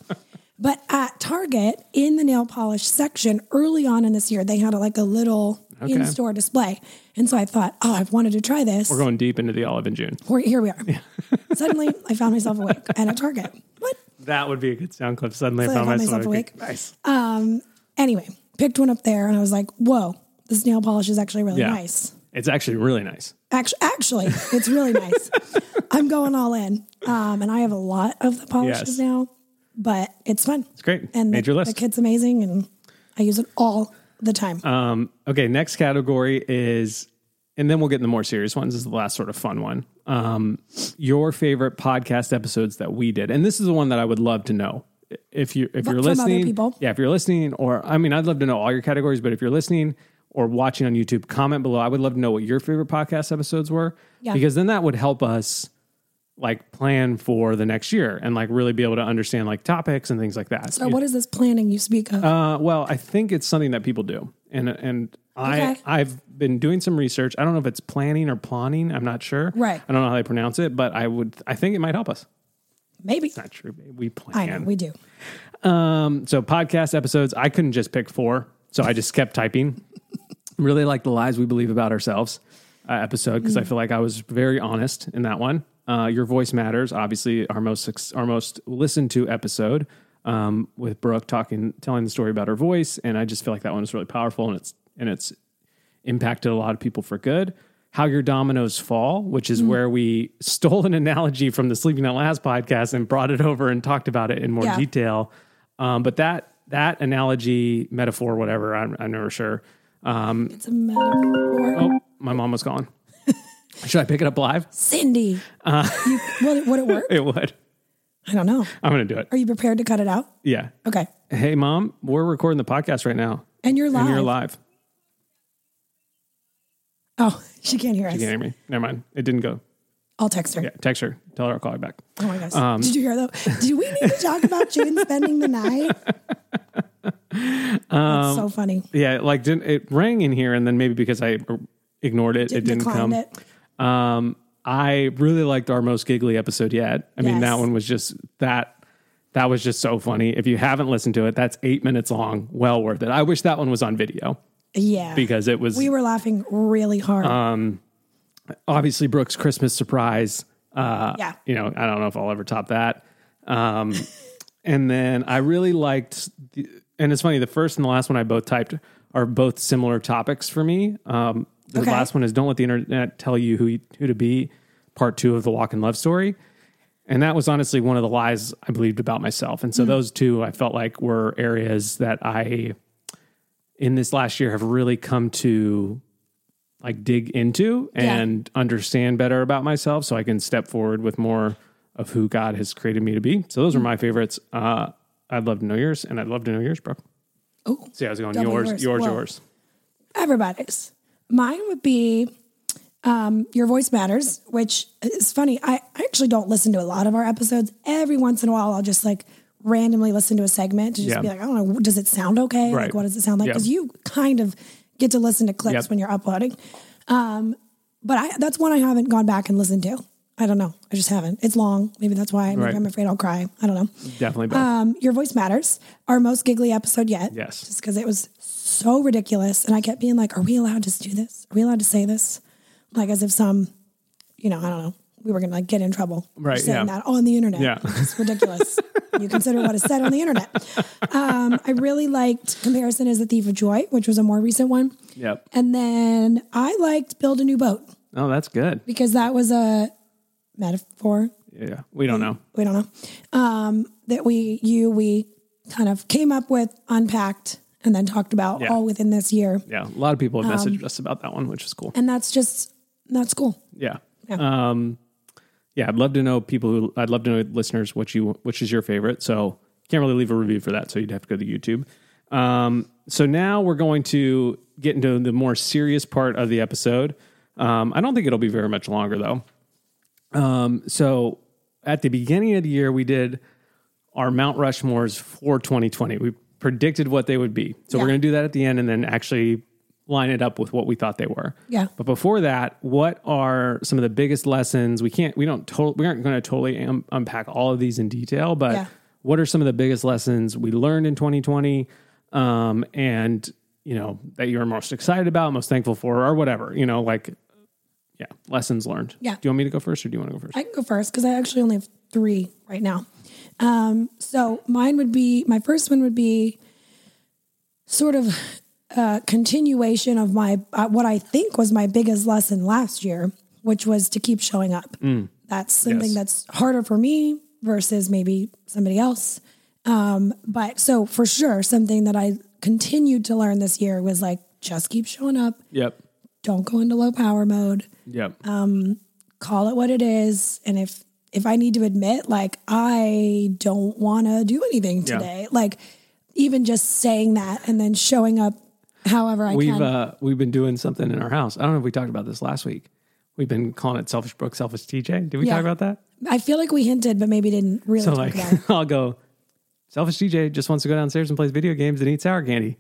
[SPEAKER 2] But at Target in the nail polish section early on in this year, they had a, like a little
[SPEAKER 1] Okay.
[SPEAKER 2] in store display. And so I thought, oh, I've wanted to try this.
[SPEAKER 1] We're going deep into the Olive and June.
[SPEAKER 2] Or here we are. (laughs) Suddenly, I found myself awake and at Target. What?
[SPEAKER 1] That would be a good sound clip. Suddenly I
[SPEAKER 2] Suddenly
[SPEAKER 1] found myself awake. Nice.
[SPEAKER 2] Anyway, picked one up there and I was like, whoa, this nail polish is actually really
[SPEAKER 1] Yeah.
[SPEAKER 2] nice.
[SPEAKER 1] It's actually really nice.
[SPEAKER 2] Actually, actually, it's
[SPEAKER 1] (laughs)
[SPEAKER 2] really nice. I'm going all in. Um, and I have a lot of the polishes
[SPEAKER 1] Yes.
[SPEAKER 2] now, but it's fun.
[SPEAKER 1] It's great.
[SPEAKER 2] and
[SPEAKER 1] Made
[SPEAKER 2] the,
[SPEAKER 1] your
[SPEAKER 2] the
[SPEAKER 1] list.
[SPEAKER 2] kid's amazing and i use it all the time
[SPEAKER 1] Um, okay, next category is, and then we'll get into more serious ones. This is the last sort of fun one. Um, your favorite podcast episodes that we did, and this is the one that I would love to know if you if you're
[SPEAKER 2] from other
[SPEAKER 1] listening.
[SPEAKER 2] people.
[SPEAKER 1] Yeah, if you're listening, or I mean, I'd love to know all your categories, but if you're listening or watching on YouTube, comment below. I would love to know what your favorite podcast episodes were,
[SPEAKER 2] Yeah.
[SPEAKER 1] because then that would help us like plan for the next year and like really be able to understand like topics and things like that.
[SPEAKER 2] so what is this planning you speak of
[SPEAKER 1] Uh, well, I think it's something that people do, and and I
[SPEAKER 2] Okay.
[SPEAKER 1] I've been doing some research. I don't know if it's planning or planning. I'm not sure.
[SPEAKER 2] Right.
[SPEAKER 1] I don't know how they pronounce it, but I would. I think it might help us.
[SPEAKER 2] maybe
[SPEAKER 1] Not true. We plan.
[SPEAKER 2] i know we do
[SPEAKER 1] um. So podcast episodes. I couldn't just pick four, so I just kept typing. really like the lies we believe about ourselves uh, episode because I feel like I was very honest in that one. Uh, Your voice matters. Obviously, our most suc- our most listened to episode um, with Brooke talking telling the story about her voice, and I just feel like that one was really powerful and it's and it's impacted a lot of people for good. How your dominoes fall, which is where we stole an analogy from the Sleeping Out Last podcast and brought it over and talked about it in more
[SPEAKER 2] Yeah.
[SPEAKER 1] detail. Um, but that that analogy, metaphor, whatever, I'm, I'm never sure. Um,
[SPEAKER 2] it's a metaphor
[SPEAKER 1] Oh, my mom was calling. (laughs) Should I pick it up live?
[SPEAKER 2] cindy you, would, it- would it work
[SPEAKER 1] Uh, (laughs) It would.
[SPEAKER 2] i don't know
[SPEAKER 1] I'm going to do it.
[SPEAKER 2] are you prepared to cut it out
[SPEAKER 1] Yeah.
[SPEAKER 2] okay
[SPEAKER 1] Hey, mom, we're recording the podcast right now.
[SPEAKER 2] and you're live
[SPEAKER 1] And you're live.
[SPEAKER 2] oh (laughs) she can't hear us
[SPEAKER 1] You can hear me. Never mind. It didn't go.
[SPEAKER 2] i'll text her
[SPEAKER 1] Yeah. Text her. Tell her I'll call her back.
[SPEAKER 2] oh my gosh
[SPEAKER 1] Um,
[SPEAKER 2] did you hear though do we need to talk about june spending
[SPEAKER 1] (laughs)
[SPEAKER 2] the night
[SPEAKER 1] Um,
[SPEAKER 2] that's so funny
[SPEAKER 1] Yeah. Like, didn't it rang in here? And then maybe because I ignored it, it didn't
[SPEAKER 2] Declined
[SPEAKER 1] come.
[SPEAKER 2] it.
[SPEAKER 1] Um, I really liked our most giggly episode yet. I mean,
[SPEAKER 2] Yes.
[SPEAKER 1] that one was just that. That was just so funny. If you haven't listened to it, that's eight minutes long. Well worth it. I wish that one was on video
[SPEAKER 2] yeah
[SPEAKER 1] because Uh, it was
[SPEAKER 2] we were laughing really hard
[SPEAKER 1] obviously Brooke's Christmas surprise. Uh,
[SPEAKER 2] Yeah.
[SPEAKER 1] You know, I don't know if I'll ever top that. Um, (laughs) and then I really liked, the, and it's funny, the first and the last one I both typed are both similar topics for me. Um, The
[SPEAKER 2] Okay.
[SPEAKER 1] last one is "Don't Let the Internet Tell You Who you, Who to Be." Part two of the Walk in Love story, and that was honestly one of the lies I believed about myself. And so those two I felt like were areas that I, in this last year, have really come to like dig into
[SPEAKER 2] Yeah.
[SPEAKER 1] and understand better about myself, so I can step forward with more of who God has created me to be. So those are my favorites. Uh, I'd love to know yours, and I'd love to know yours, bro.
[SPEAKER 2] Oh,
[SPEAKER 1] See, I was going
[SPEAKER 2] Double
[SPEAKER 1] yours,
[SPEAKER 2] yours.
[SPEAKER 1] yours,
[SPEAKER 2] Whoa.
[SPEAKER 1] yours.
[SPEAKER 2] everybody's. Mine would be um, Your Voice Matters, which is funny. I I actually don't listen to a lot of our episodes. Every once in a while, I'll just like randomly listen to a segment to just
[SPEAKER 1] Yeah.
[SPEAKER 2] be like, I don't know, does it sound okay?
[SPEAKER 1] Right.
[SPEAKER 2] Like, what does it sound like?
[SPEAKER 1] Yeah.
[SPEAKER 2] Because you kind of get to listen to clips
[SPEAKER 1] Yep.
[SPEAKER 2] when you're uploading. Um, but I, that's one I haven't gone back and listened to. I don't know. I just haven't. It's long. Maybe that's why. Maybe
[SPEAKER 1] Right.
[SPEAKER 2] I'm afraid I'll cry. I don't know.
[SPEAKER 1] Definitely both.
[SPEAKER 2] Um, Your Voice Matters, our most giggly episode yet.
[SPEAKER 1] Yes.
[SPEAKER 2] Just because it was so ridiculous. And I kept being like, are we allowed to do this? Are we allowed to say this? Like as if some, you know, I don't know, we were going to like get in trouble. for
[SPEAKER 1] Right,
[SPEAKER 2] Saying
[SPEAKER 1] yeah.
[SPEAKER 2] that on the internet.
[SPEAKER 1] Yeah. (laughs)
[SPEAKER 2] It's ridiculous. you consider what is said on the internet. Um, I really liked Comparison is the Thief of Joy, which was a more recent one.
[SPEAKER 1] yep.
[SPEAKER 2] And then I liked Build a New Boat
[SPEAKER 1] Oh, that's good.
[SPEAKER 2] because that was a metaphor
[SPEAKER 1] Yeah, we don't know.
[SPEAKER 2] we don't know um, that we you we kind of came up with unpacked and then talked about
[SPEAKER 1] Yeah.
[SPEAKER 2] all within this year
[SPEAKER 1] Yeah, a lot of people have messaged us about that one, which is cool.
[SPEAKER 2] and that's just that's cool
[SPEAKER 1] Yeah. Um, yeah, I'd love to know people who I'd love to know listeners what you which is your favorite. So can't really leave a review for that. So you'd have to go to YouTube. Um, so now we're going to get into the more serious part of the episode. Um, I don't think it'll be very much longer though. Um, so at the beginning of the year, we did our Mount Rushmores for 2020. We predicted what they would be. So we're
[SPEAKER 2] Yeah.
[SPEAKER 1] going to do that at the end and then actually line it up with what we thought they were.
[SPEAKER 2] Yeah.
[SPEAKER 1] But before that, what are some of the biggest lessons? We can't, we don't total, we aren't going to totally um, unpack all of these in detail, but
[SPEAKER 2] Yeah.
[SPEAKER 1] what are some of the biggest lessons we learned in 2020? Um, and, you know, that you're most excited about, most thankful for, or whatever, you know, like, yeah, lessons learned.
[SPEAKER 2] Yeah.
[SPEAKER 1] Do you want me to go first or do you want to go first?
[SPEAKER 2] i can go first because i actually only have three right now um, so mine would be my first one would be sort of a continuation of my uh, what i think was my biggest lesson last year which was to keep showing up that's something
[SPEAKER 1] Yes.
[SPEAKER 2] that's harder for me versus maybe somebody else Um, but so for sure something that i continued to learn this year was like just keep showing up
[SPEAKER 1] Yep.
[SPEAKER 2] don't go into low power mode
[SPEAKER 1] Yep.
[SPEAKER 2] Oh, call it what it is and if if i need to admit like i don't want to do anything
[SPEAKER 1] Yeah.
[SPEAKER 2] today like even just saying that and then showing up however i
[SPEAKER 1] we've
[SPEAKER 2] can
[SPEAKER 1] uh, we've been doing something in our house. I don't know if we talked about this last week. We've been calling it selfish Brooke, selfish TJ. Did we
[SPEAKER 2] Yeah.
[SPEAKER 1] talk about that?
[SPEAKER 2] i feel like we hinted but maybe didn't really
[SPEAKER 1] So
[SPEAKER 2] talk
[SPEAKER 1] like, (laughs)
[SPEAKER 2] about it
[SPEAKER 1] I'll go. Selfish TJ just wants to go downstairs and plays video games and eat sour candy.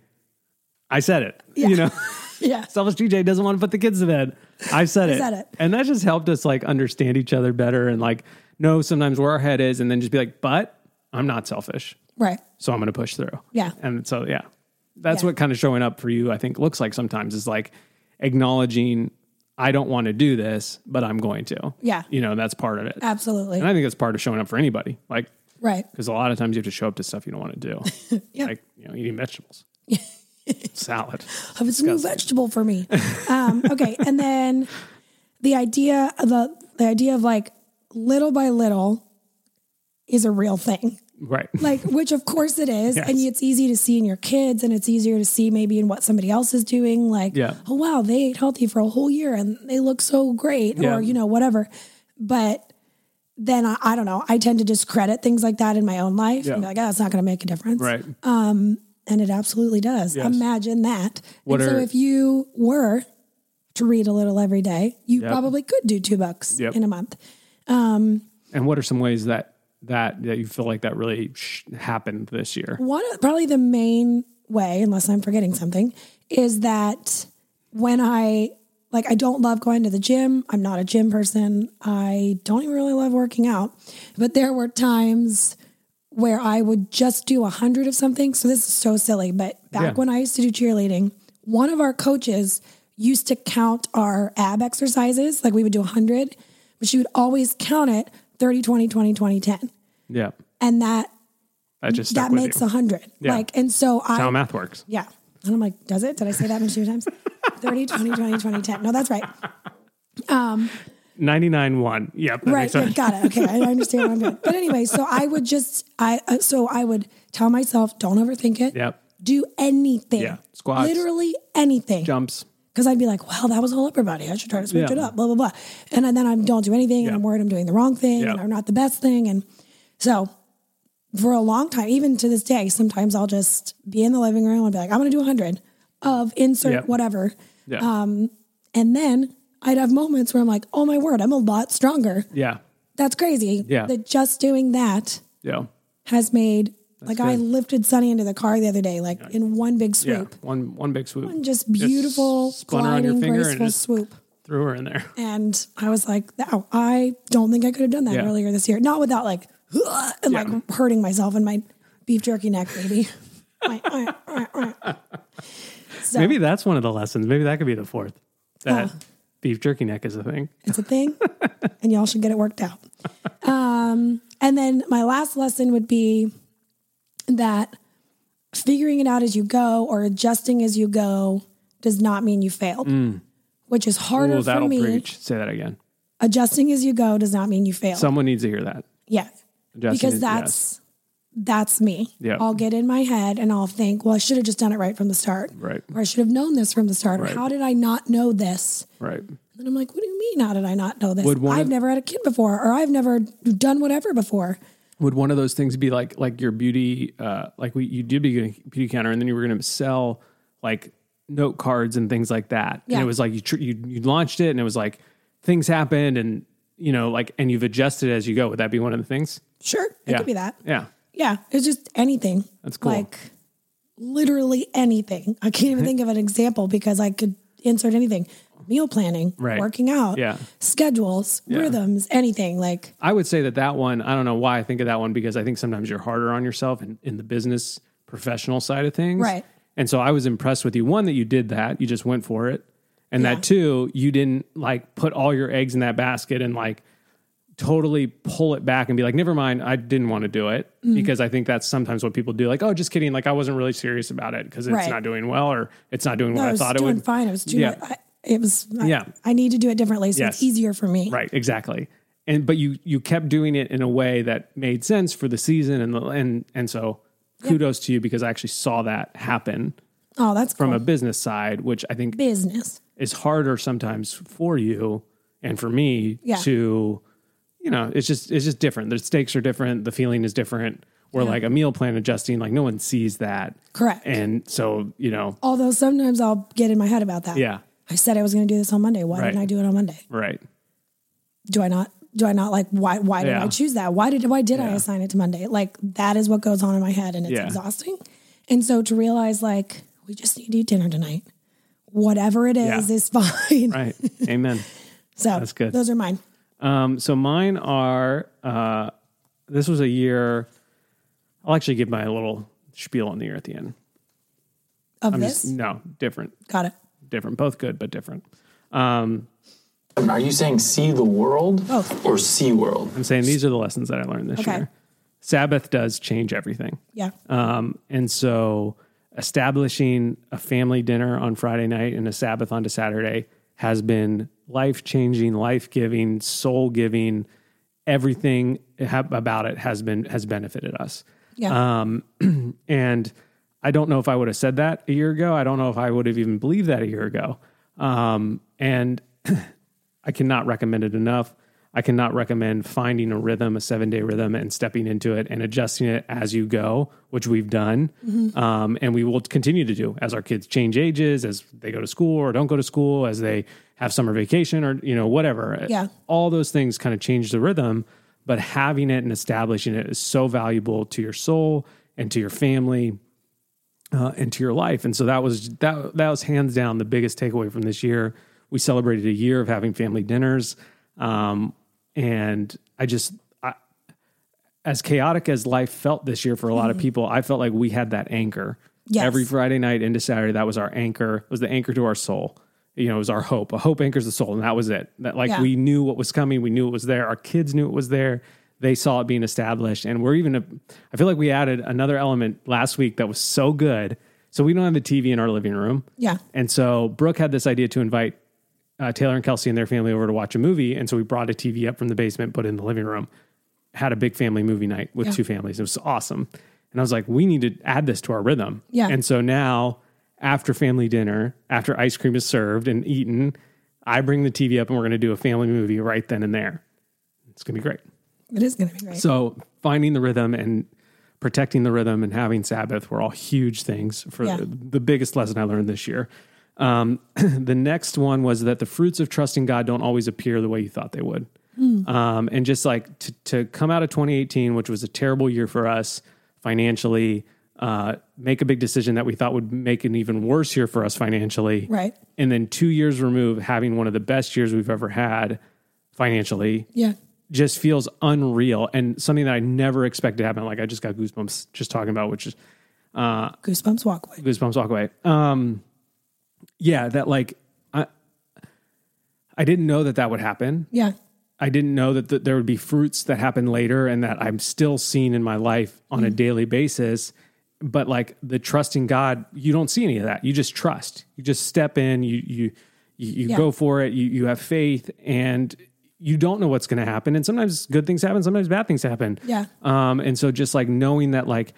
[SPEAKER 1] I said it. You know, (laughs)
[SPEAKER 2] yeah
[SPEAKER 1] selfish TJ doesn't want to put the kids to bed. I said it.
[SPEAKER 2] said it.
[SPEAKER 1] And that just helped us like understand each other better and like know sometimes where our head is and then just be like, but I'm not selfish.
[SPEAKER 2] right
[SPEAKER 1] so I'm going to push through.
[SPEAKER 2] Yeah.
[SPEAKER 1] And so, yeah, that's
[SPEAKER 2] Yeah.
[SPEAKER 1] what kind of showing up for you, I think, looks like sometimes is like acknowledging, I don't want to do this, but I'm going to.
[SPEAKER 2] Yeah.
[SPEAKER 1] You know, that's part of it.
[SPEAKER 2] absolutely
[SPEAKER 1] And I think that's part of showing up for anybody. Like,
[SPEAKER 2] right
[SPEAKER 1] because a lot of times you have to show up to stuff you don't want to do.
[SPEAKER 2] (laughs) Yeah.
[SPEAKER 1] Like, you know, eating
[SPEAKER 2] (laughs)
[SPEAKER 1] vegetables, salad.
[SPEAKER 2] of it's a new vegetable
[SPEAKER 1] (laughs)
[SPEAKER 2] for me. Um, okay, and then the idea of the the idea of like little by little is a real thing.
[SPEAKER 1] Right.
[SPEAKER 2] Like, which of course it is, and
[SPEAKER 1] Yes.
[SPEAKER 2] it's easy to see in your kids, and it's easier to see maybe in what somebody else is doing. Like,
[SPEAKER 1] Yeah.
[SPEAKER 2] oh wow, they ate healthy for a whole year and they look so great,
[SPEAKER 1] Yeah.
[SPEAKER 2] or you know whatever. But then I, I don't know. I tend to discredit things like that in my own life.
[SPEAKER 1] Yeah.
[SPEAKER 2] And be like, oh, that's not going to make a difference
[SPEAKER 1] right.
[SPEAKER 2] and it absolutely does. Imagine that.
[SPEAKER 1] What
[SPEAKER 2] and
[SPEAKER 1] are-
[SPEAKER 2] so if you were to read a little every day, you probably could do two books
[SPEAKER 1] Yep.
[SPEAKER 2] in a month.
[SPEAKER 1] and what are some ways that, that, that you feel like that really sh- happened this year?
[SPEAKER 2] One of- probably the main way, unless I'm forgetting something, is that when I like I don't love going to the gym. I'm not a gym person. I don't even really love working out. But there were times where I would just do a hundred of something. So this is so silly. But back
[SPEAKER 1] Yeah.
[SPEAKER 2] when I used to do cheerleading, one of our coaches used to count our ab exercises. Like we would do a hundred, but she would always count it 30, 20, 20, 20, 10.
[SPEAKER 1] Yeah.
[SPEAKER 2] And that
[SPEAKER 1] That just stuck
[SPEAKER 2] that
[SPEAKER 1] with
[SPEAKER 2] makes
[SPEAKER 1] you.
[SPEAKER 2] a hundred.
[SPEAKER 1] Yeah.
[SPEAKER 2] Like, and so
[SPEAKER 1] That's
[SPEAKER 2] I,
[SPEAKER 1] how math works. (laughs)
[SPEAKER 2] yeah. And I'm like, does it? Did I say that many times? 30, 20, 20, 20, 10. No, that's right.
[SPEAKER 1] 99 1. Yep. That
[SPEAKER 2] Right.
[SPEAKER 1] makes sense.
[SPEAKER 2] right, Got it. Okay. I understand what I'm doing. But anyway, so I would just, I, uh, so I would tell myself, don't overthink it.
[SPEAKER 1] Yep.
[SPEAKER 2] Do anything.
[SPEAKER 1] Yeah. Squats.
[SPEAKER 2] Literally anything.
[SPEAKER 1] Jumps.
[SPEAKER 2] Because I'd be like, well, that was all upper body. I should try to switch
[SPEAKER 1] Yeah.
[SPEAKER 2] it up, blah, blah, blah. And then I don't do anything
[SPEAKER 1] Yeah.
[SPEAKER 2] and I'm worried I'm doing the wrong thing and
[SPEAKER 1] Yeah.
[SPEAKER 2] I'm not the best thing. And so for a long time, even to this day, sometimes I'll just be in the living room and be like, I'm going to do 100 of insert
[SPEAKER 1] Yeah.
[SPEAKER 2] whatever.
[SPEAKER 1] Yeah.
[SPEAKER 2] Um, And then I'd have moments where I'm like, oh my word, I'm a lot stronger.
[SPEAKER 1] yeah.
[SPEAKER 2] That's crazy.
[SPEAKER 1] Yeah.
[SPEAKER 2] That just doing that
[SPEAKER 1] Yeah.
[SPEAKER 2] has made, like, I
[SPEAKER 1] good.
[SPEAKER 2] lifted Sunny into the car the other day, like in one big
[SPEAKER 1] Yeah.
[SPEAKER 2] swoop.
[SPEAKER 1] One one big swoop.
[SPEAKER 2] Just beautiful,
[SPEAKER 1] spun her on your
[SPEAKER 2] gliding,
[SPEAKER 1] finger and
[SPEAKER 2] graceful
[SPEAKER 1] just-
[SPEAKER 2] swoop.
[SPEAKER 1] Threw her in there.
[SPEAKER 2] And I was like, "Wow, I don't think I could have done that
[SPEAKER 1] Yeah.
[SPEAKER 2] earlier this year. Not without like, and
[SPEAKER 1] Yeah.
[SPEAKER 2] like hurting myself and my beef jerky neck, maybe. (laughs) My- uh, uh, uh. so
[SPEAKER 1] Maybe that's one of the lessons. Maybe that could be the fourth. That beef jerky neck is a thing.
[SPEAKER 2] it's a thing, and y'all should get it worked out. Um, and then my last lesson would be that figuring it out as you go or adjusting as you go does not mean you failed, which is harder
[SPEAKER 1] Mm. Ooh,
[SPEAKER 2] for
[SPEAKER 1] that'll
[SPEAKER 2] me.
[SPEAKER 1] preach. Say that again.
[SPEAKER 2] Adjusting as you go does not mean you failed.
[SPEAKER 1] Someone needs to hear that.
[SPEAKER 2] Yeah.
[SPEAKER 1] Adjusting
[SPEAKER 2] because
[SPEAKER 1] is-
[SPEAKER 2] that's that's me.
[SPEAKER 1] Yeah.
[SPEAKER 2] I'll get in my head and I'll think, well, I should have just done it right from the start.
[SPEAKER 1] Right.
[SPEAKER 2] Or I should have known this from the start. Or
[SPEAKER 1] Right.
[SPEAKER 2] how did I not know this?
[SPEAKER 1] Right.
[SPEAKER 2] And then I'm like, what do you mean? How did I not know this?
[SPEAKER 1] Would one
[SPEAKER 2] I've
[SPEAKER 1] of-
[SPEAKER 2] never had a kid before, or I've never done whatever before.
[SPEAKER 1] Would one of those things be like like your beauty uh like we you did be a beauty counter and then you were gonna sell like note cards and things like that.
[SPEAKER 2] Yeah.
[SPEAKER 1] And it was like you tr- you you launched it and it was like things happened and you know like and you've adjusted as you go. Would that be one of the things?
[SPEAKER 2] Sure, it
[SPEAKER 1] yeah.
[SPEAKER 2] could be that.
[SPEAKER 1] Yeah.
[SPEAKER 2] Yeah, it's just anything.
[SPEAKER 1] That's cool.
[SPEAKER 2] Like literally anything.
[SPEAKER 1] (laughs)
[SPEAKER 2] I can't even think of an example because I could insert anything. Meal planning,
[SPEAKER 1] Right.
[SPEAKER 2] working out,
[SPEAKER 1] Yeah.
[SPEAKER 2] schedules, rhythms, anything. Like
[SPEAKER 1] I would say that that one, I don't know why I think of that one because I think sometimes you're harder on yourself in, in the business professional side of things.
[SPEAKER 2] Right.
[SPEAKER 1] And so I was impressed with you. One, that you did that, you just went for it. And
[SPEAKER 2] Yeah.
[SPEAKER 1] that two, you didn't like put all your eggs in that basket and like totally pull it back and be like, never mind, I didn't want to do it.
[SPEAKER 2] Mm.
[SPEAKER 1] Because I think that's sometimes what people do. Like, oh, just kidding. Like, I wasn't really serious about it because it's
[SPEAKER 2] Right.
[SPEAKER 1] not doing well or it's not doing what
[SPEAKER 2] I
[SPEAKER 1] I
[SPEAKER 2] was
[SPEAKER 1] thought it
[SPEAKER 2] doing
[SPEAKER 1] would.
[SPEAKER 2] fine. I was doing
[SPEAKER 1] Yeah.
[SPEAKER 2] I, it was I,
[SPEAKER 1] Yeah.
[SPEAKER 2] I need to do it differently, so
[SPEAKER 1] Yes.
[SPEAKER 2] it's easier for me.
[SPEAKER 1] Right, exactly. And but you you kept doing it in a way that made sense for the season and the and and so kudos to you because I actually saw that happen
[SPEAKER 2] Oh, that's
[SPEAKER 1] from
[SPEAKER 2] cool.
[SPEAKER 1] a business side, which I think
[SPEAKER 2] business.
[SPEAKER 1] is harder sometimes for you and for me
[SPEAKER 2] Yeah.
[SPEAKER 1] to you know, it's just it's just different. The stakes are different, the feeling is different. Where like a meal plan adjusting, like no one sees that.
[SPEAKER 2] Correct.
[SPEAKER 1] And so, you know,
[SPEAKER 2] Although sometimes I'll get in my head about that.
[SPEAKER 1] Yeah.
[SPEAKER 2] I said I was going to do this on Monday. Why
[SPEAKER 1] Right.
[SPEAKER 2] didn't I do it on Monday?
[SPEAKER 1] right.
[SPEAKER 2] Do I not? Do I not like why? Why did
[SPEAKER 1] Yeah.
[SPEAKER 2] I choose that? Why did why did I assign it to Monday? Like that is what goes on in my head, and it's
[SPEAKER 1] Yeah.
[SPEAKER 2] exhausting. And so to realize like we just need to eat dinner tonight. Whatever it is
[SPEAKER 1] Yeah.
[SPEAKER 2] is (laughs) fine.
[SPEAKER 1] Right. Amen.
[SPEAKER 2] So
[SPEAKER 1] That's good.
[SPEAKER 2] Those are mine.
[SPEAKER 1] Um, so mine are. Uh, this was a year. I'll actually give my little spiel on the year at the end.
[SPEAKER 2] Of
[SPEAKER 1] I'm
[SPEAKER 2] this,
[SPEAKER 1] just no different,
[SPEAKER 2] got it.
[SPEAKER 1] different, both good but different.
[SPEAKER 4] Are you saying see the world
[SPEAKER 2] Both.
[SPEAKER 4] or sea world?
[SPEAKER 1] I'm saying these are the lessons that I learned this
[SPEAKER 2] Okay.
[SPEAKER 1] year. Sabbath does change everything,
[SPEAKER 2] Yeah.
[SPEAKER 1] um, and so establishing a family dinner on Friday night and a Sabbath onto Saturday has been life changing, life giving, soul giving. Everything ha- about it has been has benefited us.
[SPEAKER 2] yeah.
[SPEAKER 1] Uh, And I don't know if I would have said that a year ago. I don't know if I would have even believed that a year ago. Um, and (clears throat) I cannot recommend it enough. I cannot recommend finding a rhythm, a seven day rhythm, and stepping into it and adjusting it as you go, which we've done. Um, and we will continue to do as our kids change ages, as they go to school or don't go to school, as they have summer vacation or, you know, whatever.
[SPEAKER 2] Yeah.
[SPEAKER 1] All those things kind of change the rhythm, but having it and establishing it is so valuable to your soul and to your family uh, into your life. And so that was that that was hands down the biggest takeaway from this year. We celebrated a year of having family dinners, um, and I just I, as chaotic as life felt this year for a lot of people, I felt like we had that anchor
[SPEAKER 2] Yes.
[SPEAKER 1] every Friday night into Saturday. That was our anchor. It was the anchor to our soul. You know, it was our hope. A hope anchors the soul, and that was it. That like
[SPEAKER 2] Yeah.
[SPEAKER 1] we knew what was coming. We knew it was there. Our kids knew it was there. They saw it being established, and we're even. I feel like we added another element last week that was so good. So we don't have a TV in our living room.
[SPEAKER 2] Yeah.
[SPEAKER 1] And so Brooke had this idea to invite uh, Taylor and Kelsey and their family over to watch a movie. And so we brought a TV up from the basement, put it in the living room, had a big family movie night with
[SPEAKER 2] Yeah.
[SPEAKER 1] two families. It was awesome. And I was like, we need to add this to our rhythm.
[SPEAKER 2] Yeah.
[SPEAKER 1] And so now, after family dinner, after ice cream is served and eaten, I bring the TV up and we're going to do a family movie right then and there. It's going to be great.
[SPEAKER 2] It is going to be great.
[SPEAKER 1] So finding the rhythm and protecting the rhythm and having Sabbath were all huge things for
[SPEAKER 2] Yeah.
[SPEAKER 1] the, the biggest lesson I learned this year. Um, (clears throat) the next one was that the fruits of trusting God don't always appear the way you thought they would.
[SPEAKER 2] Hmm.
[SPEAKER 1] Um, and just like to, to come out of 2018, which was a terrible year for us financially, uh, make a big decision that we thought would make an even worse year for us financially.
[SPEAKER 2] Right.
[SPEAKER 1] And then two years removed, having one of the best years we've ever had financially
[SPEAKER 2] yeah.
[SPEAKER 1] just feels unreal and something that I never expected to happen. Like I just got goosebumps just talking about, which is
[SPEAKER 2] Goosebumps walkway.
[SPEAKER 1] goosebumps walk away. Um, yeah, that like I, I didn't know that that would happen.
[SPEAKER 2] Yeah.
[SPEAKER 1] I didn't know that th- there would be fruits that happen later and that I'm still seeing in my life on a daily basis. But like the trusting God, you don't see any of that. You just trust. You just step in. You you you, you
[SPEAKER 2] Yeah.
[SPEAKER 1] go for it. You you have faith, and you don't know what's going to happen. And sometimes good things happen. Sometimes bad things happen.
[SPEAKER 2] Yeah.
[SPEAKER 1] Um. And so just like knowing that like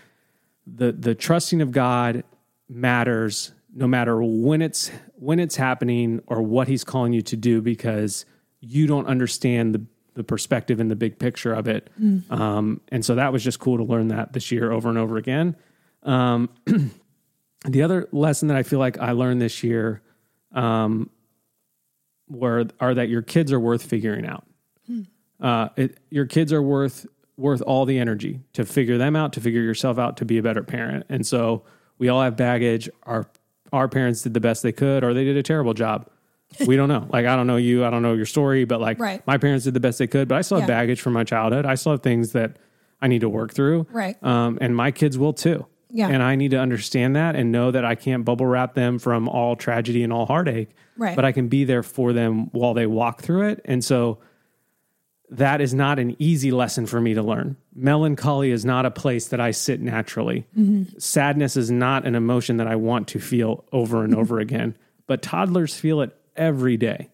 [SPEAKER 1] the the trusting of God matters no matter when it's when it's happening or what he's calling you to do because you don't understand the the perspective and the big picture of it. Um, and so that was just cool to learn that this year over and over again. Um, (clears throat) the other lesson that I feel like I learned this year um, were are that your kids are worth figuring out
[SPEAKER 2] Hmm.
[SPEAKER 1] uh, it, your kids are worth worth all the energy to figure them out, to figure yourself out, to be a better parent. And so we all have baggage. Our our parents did the best they could, or they did a terrible job. We don't know. Like I don't know you, I don't know your story, but like
[SPEAKER 2] Right.
[SPEAKER 1] my parents did the best they could. But I still have
[SPEAKER 2] Yeah.
[SPEAKER 1] baggage from my childhood. I still have things that I need to work through.
[SPEAKER 2] Right.
[SPEAKER 1] Um, and my kids will too.
[SPEAKER 2] Yeah.
[SPEAKER 1] And I need to understand that and know that I can't bubble wrap them from all tragedy and all heartache.
[SPEAKER 2] Right.
[SPEAKER 1] But I can be there for them while they walk through it. And so that is not an easy lesson for me to learn. Melancholy is not a place that I sit naturally. Sadness is not an emotion that I want to feel over and over again. But toddlers feel it every day.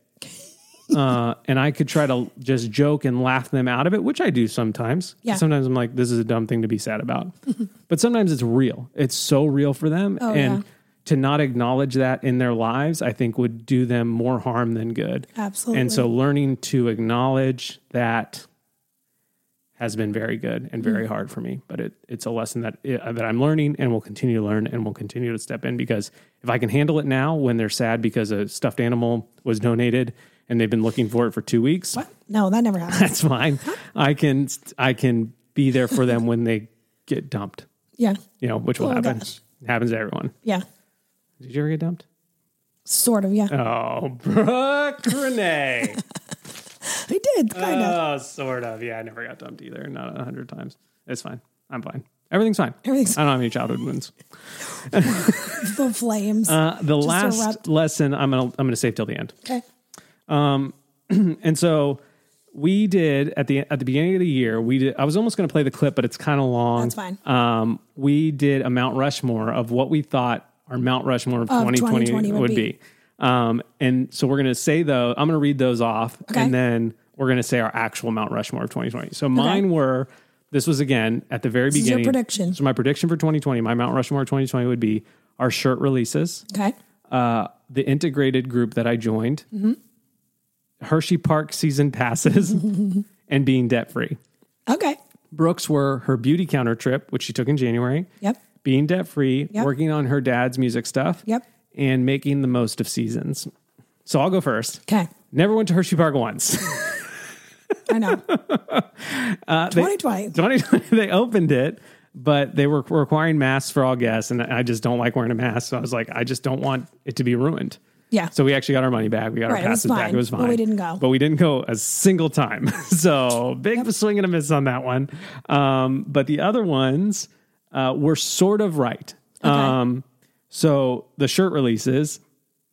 [SPEAKER 1] Uh, and I could try to just joke and laugh them out of it, which I do sometimes.
[SPEAKER 2] Yeah.
[SPEAKER 1] Sometimes I'm like, this is a dumb thing to be sad
[SPEAKER 2] (laughs)
[SPEAKER 1] about. but sometimes it's real. It's so real for them. and
[SPEAKER 2] Oh, yeah.
[SPEAKER 1] to not acknowledge that in their lives, I think would do them more harm than good.
[SPEAKER 2] Absolutely.
[SPEAKER 1] And so learning to acknowledge that has been very good and
[SPEAKER 2] Mm.
[SPEAKER 1] very hard for me, but it, it's a lesson that eh, that I'm learning and will continue to learn and will continue to step in because if I can handle it now when they're sad because a stuffed animal was donated and they've been looking for it for 2 weeks,
[SPEAKER 2] No, that never
[SPEAKER 1] (laughs)
[SPEAKER 2] happened.
[SPEAKER 1] that's fine. I can I can be there for them when they get dumped,
[SPEAKER 2] yeah.
[SPEAKER 1] you know, which will
[SPEAKER 2] Oh,
[SPEAKER 1] happen.
[SPEAKER 2] gosh.
[SPEAKER 1] Happens to everyone.
[SPEAKER 2] Yeah.
[SPEAKER 1] Did you ever get dumped?
[SPEAKER 2] Sort of. Yeah.
[SPEAKER 1] Oh, Brooke (laughs)
[SPEAKER 2] (laughs)
[SPEAKER 1] Renee.
[SPEAKER 2] I did. Kind of.
[SPEAKER 1] Oh, sort of. Yeah, I never got dumped either. Not a hundred times. It's fine. I'm fine. Everything's fine.
[SPEAKER 2] Everything's-
[SPEAKER 1] I don't have any childhood wounds.
[SPEAKER 2] the flames.
[SPEAKER 1] Uh, the last
[SPEAKER 2] erupt.
[SPEAKER 1] lesson I'm gonna I'm gonna save till the end.
[SPEAKER 2] okay.
[SPEAKER 1] And so we did at the at the beginning of the year. We did. I was almost gonna play the clip, but it's kind of long.
[SPEAKER 2] That's fine.
[SPEAKER 1] Um, we did a Mount Rushmore of what we thought our Mount Rushmore of, 2020,
[SPEAKER 2] 2020
[SPEAKER 1] would,
[SPEAKER 2] would
[SPEAKER 1] be. Um, and so we're gonna say though, I'm gonna read those off,
[SPEAKER 2] Okay.
[SPEAKER 1] and then we're gonna say our actual Mount Rushmore of 2020. So mine were. This was again at the very
[SPEAKER 2] is your
[SPEAKER 1] beginning.
[SPEAKER 2] prediction.
[SPEAKER 1] So my prediction for 2020, my Mount Rushmore of 2020 would be our shirt releases,
[SPEAKER 2] Okay.
[SPEAKER 1] uh, the integrated group that I joined, Hershey Park season
[SPEAKER 2] (laughs)
[SPEAKER 1] passes, and being debt free.
[SPEAKER 2] Okay.
[SPEAKER 1] Brooks were her beauty counter trip, which she took in January.
[SPEAKER 2] Yep.
[SPEAKER 1] Being debt free,
[SPEAKER 2] Yep.
[SPEAKER 1] working on her dad's music stuff.
[SPEAKER 2] Yep.
[SPEAKER 1] And making the most of seasons. So I'll go first.
[SPEAKER 2] Okay.
[SPEAKER 1] Never went to Hershey Park
[SPEAKER 2] (laughs)
[SPEAKER 1] once. (laughs)
[SPEAKER 2] I know.
[SPEAKER 1] Uh,
[SPEAKER 2] 2020.
[SPEAKER 1] 2020 they opened it but they were requiring masks for all guests and i just don't like wearing a mask so i was like i just don't want it to be ruined
[SPEAKER 2] Yeah.
[SPEAKER 1] so we actually got our money back we got
[SPEAKER 2] Right, it
[SPEAKER 1] our
[SPEAKER 2] was
[SPEAKER 1] passes back
[SPEAKER 2] fine,
[SPEAKER 1] it was
[SPEAKER 2] but
[SPEAKER 1] fine
[SPEAKER 2] we didn't go.
[SPEAKER 1] but we didn't go a single time (laughs) so big swing and a miss on that one um, but the other ones uh, were sort of right um, so the shirt releases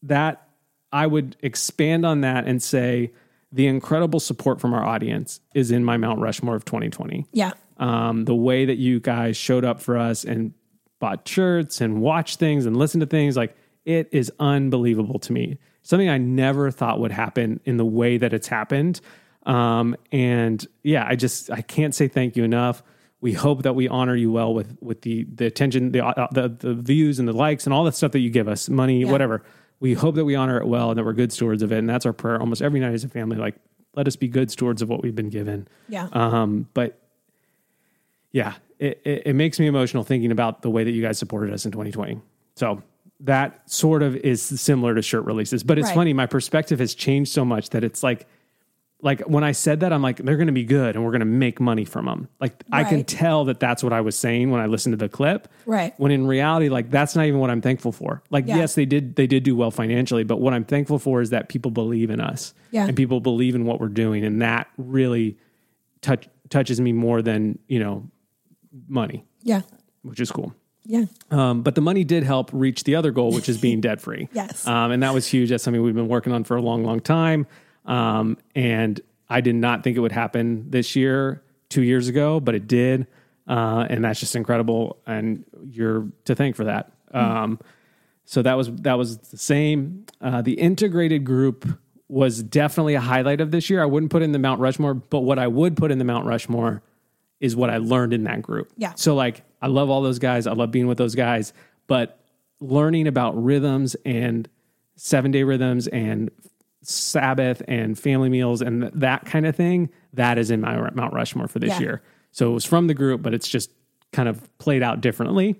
[SPEAKER 1] that I would expand on that and say the incredible support from our audience is in my Mount Rushmore of 2020.
[SPEAKER 2] yeah.
[SPEAKER 1] Um, the way that you guys showed up for us and bought shirts and watched things and listened to things. Like it is unbelievable to me. Something I never thought would happen in the way that it's happened. Um, and yeah, I just I can't say thank you enough. We hope that we honor you well with with the the attention, the uh, the, the views and the likes and all that stuff that you give us, money, whatever. We hope that we honor it well and that we're good stewards of it. And that's our prayer almost every night as a family. Like, let us be good stewards of what we've been given.
[SPEAKER 2] Yeah.
[SPEAKER 1] Um, but yeah, it, it, it makes me emotional thinking about the way that you guys supported us in 2020. So that sort of is similar to shirt releases, but it's
[SPEAKER 2] Right.
[SPEAKER 1] funny. My perspective has changed so much that it's like, like when I said that, I'm like, they're going to be good and we're going to make money from them. Like I can
[SPEAKER 2] Right.
[SPEAKER 1] tell that that's what I was saying when I listened to the clip.
[SPEAKER 2] Right.
[SPEAKER 1] When in reality, like that's not even what I'm thankful for. Like,
[SPEAKER 2] Yeah.
[SPEAKER 1] yes, they did, they did do well financially, but what I'm thankful for is that people believe in us
[SPEAKER 2] Yeah.
[SPEAKER 1] and people believe in what we're doing. And that really touch touches me more than, you know, money,
[SPEAKER 2] yeah.
[SPEAKER 1] which is cool.
[SPEAKER 2] Yeah.
[SPEAKER 1] Um, but the money did help reach the other goal, which is
[SPEAKER 2] (laughs)
[SPEAKER 1] being debt free.
[SPEAKER 2] Yes.
[SPEAKER 1] Um, and that was huge. That's something we've been working on for a long, long time. Um, and I did not think it would happen this year, two years ago, but it did. Uh, and that's just incredible. And you're to thank for that.
[SPEAKER 2] Mm-hmm.
[SPEAKER 1] Um, so that was that was the same. Uh, the integrated group was definitely a highlight of this year. I wouldn't put in the Mount Rushmore, but what I would put in the Mount Rushmore is what I learned in that group.
[SPEAKER 2] Yeah.
[SPEAKER 1] So like I love all those guys. I love being with those guys, but learning about rhythms and seven day rhythms and Sabbath and family meals and th- that kind of thing, that is in my Ru- Mount Rushmore for this
[SPEAKER 2] Yeah.
[SPEAKER 1] year. So it was from the group, but it's just kind of played out differently.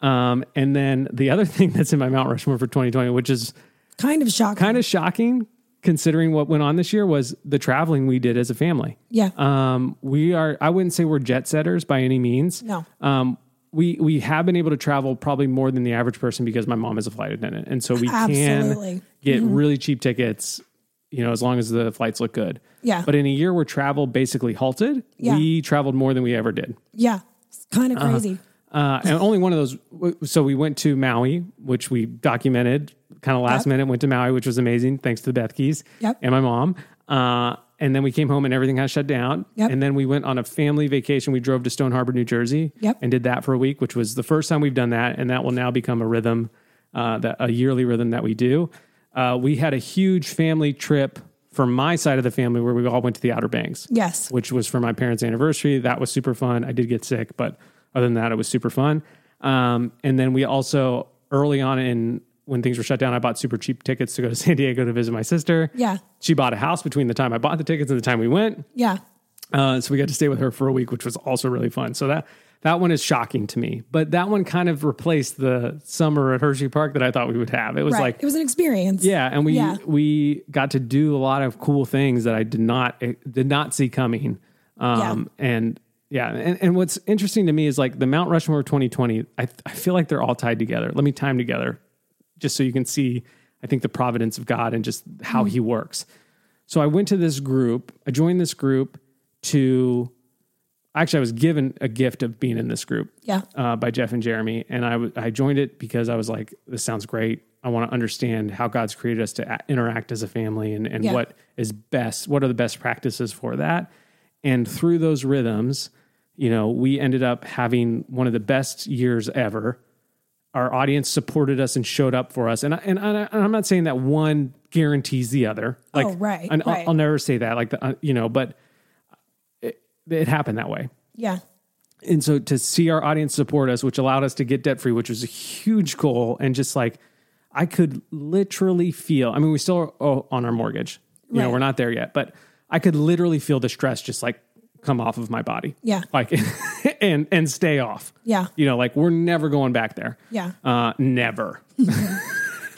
[SPEAKER 1] Um, and then the other (laughs) thing that's in my Mount Rushmore for 2020, which is
[SPEAKER 2] Kind of shocking.
[SPEAKER 1] kind of shocking considering what went on this year, was the traveling we did as a family.
[SPEAKER 2] Yeah.
[SPEAKER 1] Um, we are. I wouldn't say we're jet setters by any means.
[SPEAKER 2] No.
[SPEAKER 1] Um, we we have been able to travel probably more than the average person because my mom is a flight attendant, and so we
[SPEAKER 2] Absolutely. Mm-hmm.
[SPEAKER 1] can get really cheap tickets. You know, as long as the flights look good.
[SPEAKER 2] Yeah.
[SPEAKER 1] But in a year where travel basically halted,
[SPEAKER 2] Yeah.
[SPEAKER 1] we traveled more than we ever did.
[SPEAKER 2] yeah. It's kind of crazy.
[SPEAKER 1] Uh, and only one of those. w- So we went to Maui, which we documented kind of last
[SPEAKER 2] Yep.
[SPEAKER 1] minute. Went to Maui, which was amazing, thanks to the Beth Keys
[SPEAKER 2] Yep.
[SPEAKER 1] and my mom. Uh, and then we came home and everything got shut down.
[SPEAKER 2] Yep.
[SPEAKER 1] And then we went on a family vacation. We drove to Stone Harbor, New Jersey,
[SPEAKER 2] Yep.
[SPEAKER 1] and did that for a week, which was the first time we've done that. And that will now become a rhythm, uh, that, a yearly rhythm that we do. Uh, we had a huge family trip from my side of the family where we all went to the Outer Banks
[SPEAKER 2] Yes.
[SPEAKER 1] which was for my parents' anniversary. That was super fun. I did get sick, but other than that, it was super fun. Um, and then we also early on in when things were shut down, I bought super cheap tickets to (laughs) go to San Diego to visit my sister.
[SPEAKER 2] Yeah.
[SPEAKER 1] she bought a house between the time I bought the tickets and the time we went.
[SPEAKER 2] Yeah.
[SPEAKER 1] Uh, so we got to stay with her for a week, which was also really fun. So that that one is shocking to me, but that one kind of replaced the summer at Hershey Park that I thought we would have. It was
[SPEAKER 2] Right.
[SPEAKER 1] like
[SPEAKER 2] it was an experience.
[SPEAKER 1] yeah, and we
[SPEAKER 2] Yeah.
[SPEAKER 1] we got to do a lot of cool things that I did not eh, did not see coming. Um, and yeah, and, and what's interesting to me is like the Mount Rushmore of 2020. I I feel like they're all tied together. Let me tie them together, just so you can see. I think the providence of God and just how
[SPEAKER 2] Mm-hmm.
[SPEAKER 1] He works. So I went to this group. I joined this group to. Actually, I was given a gift of being in this group
[SPEAKER 2] Yeah.
[SPEAKER 1] uh, by Jeff and Jeremy, and I w- I joined it because I was like, this sounds great. I want to understand how God's created us to a- interact as a family and and
[SPEAKER 2] Yeah.
[SPEAKER 1] what is best. What are the best practices for that? And through those rhythms, you know, we ended up having one of the best years ever. Our audience supported us and showed up for us, and I, and, I, and I'm not saying that one guarantees the other. Like,
[SPEAKER 2] Oh, right,
[SPEAKER 1] and I'll-
[SPEAKER 2] right.
[SPEAKER 1] I'll never say that. Like, the, uh, you know, but it, it happened that way
[SPEAKER 2] Yeah.
[SPEAKER 1] and so to see our audience support us, which allowed us to get debt free, which was a huge goal, and just like I could literally feel. I mean, we still are oh, on our mortgage. You know,
[SPEAKER 2] Right.
[SPEAKER 1] we're not there yet, but I could literally feel the stress just like come off of my body.
[SPEAKER 2] Yeah.
[SPEAKER 1] like (laughs) and and stay off.
[SPEAKER 2] Yeah.
[SPEAKER 1] you know, like we're never going back there.
[SPEAKER 2] Yeah.
[SPEAKER 1] uh, never. (laughs)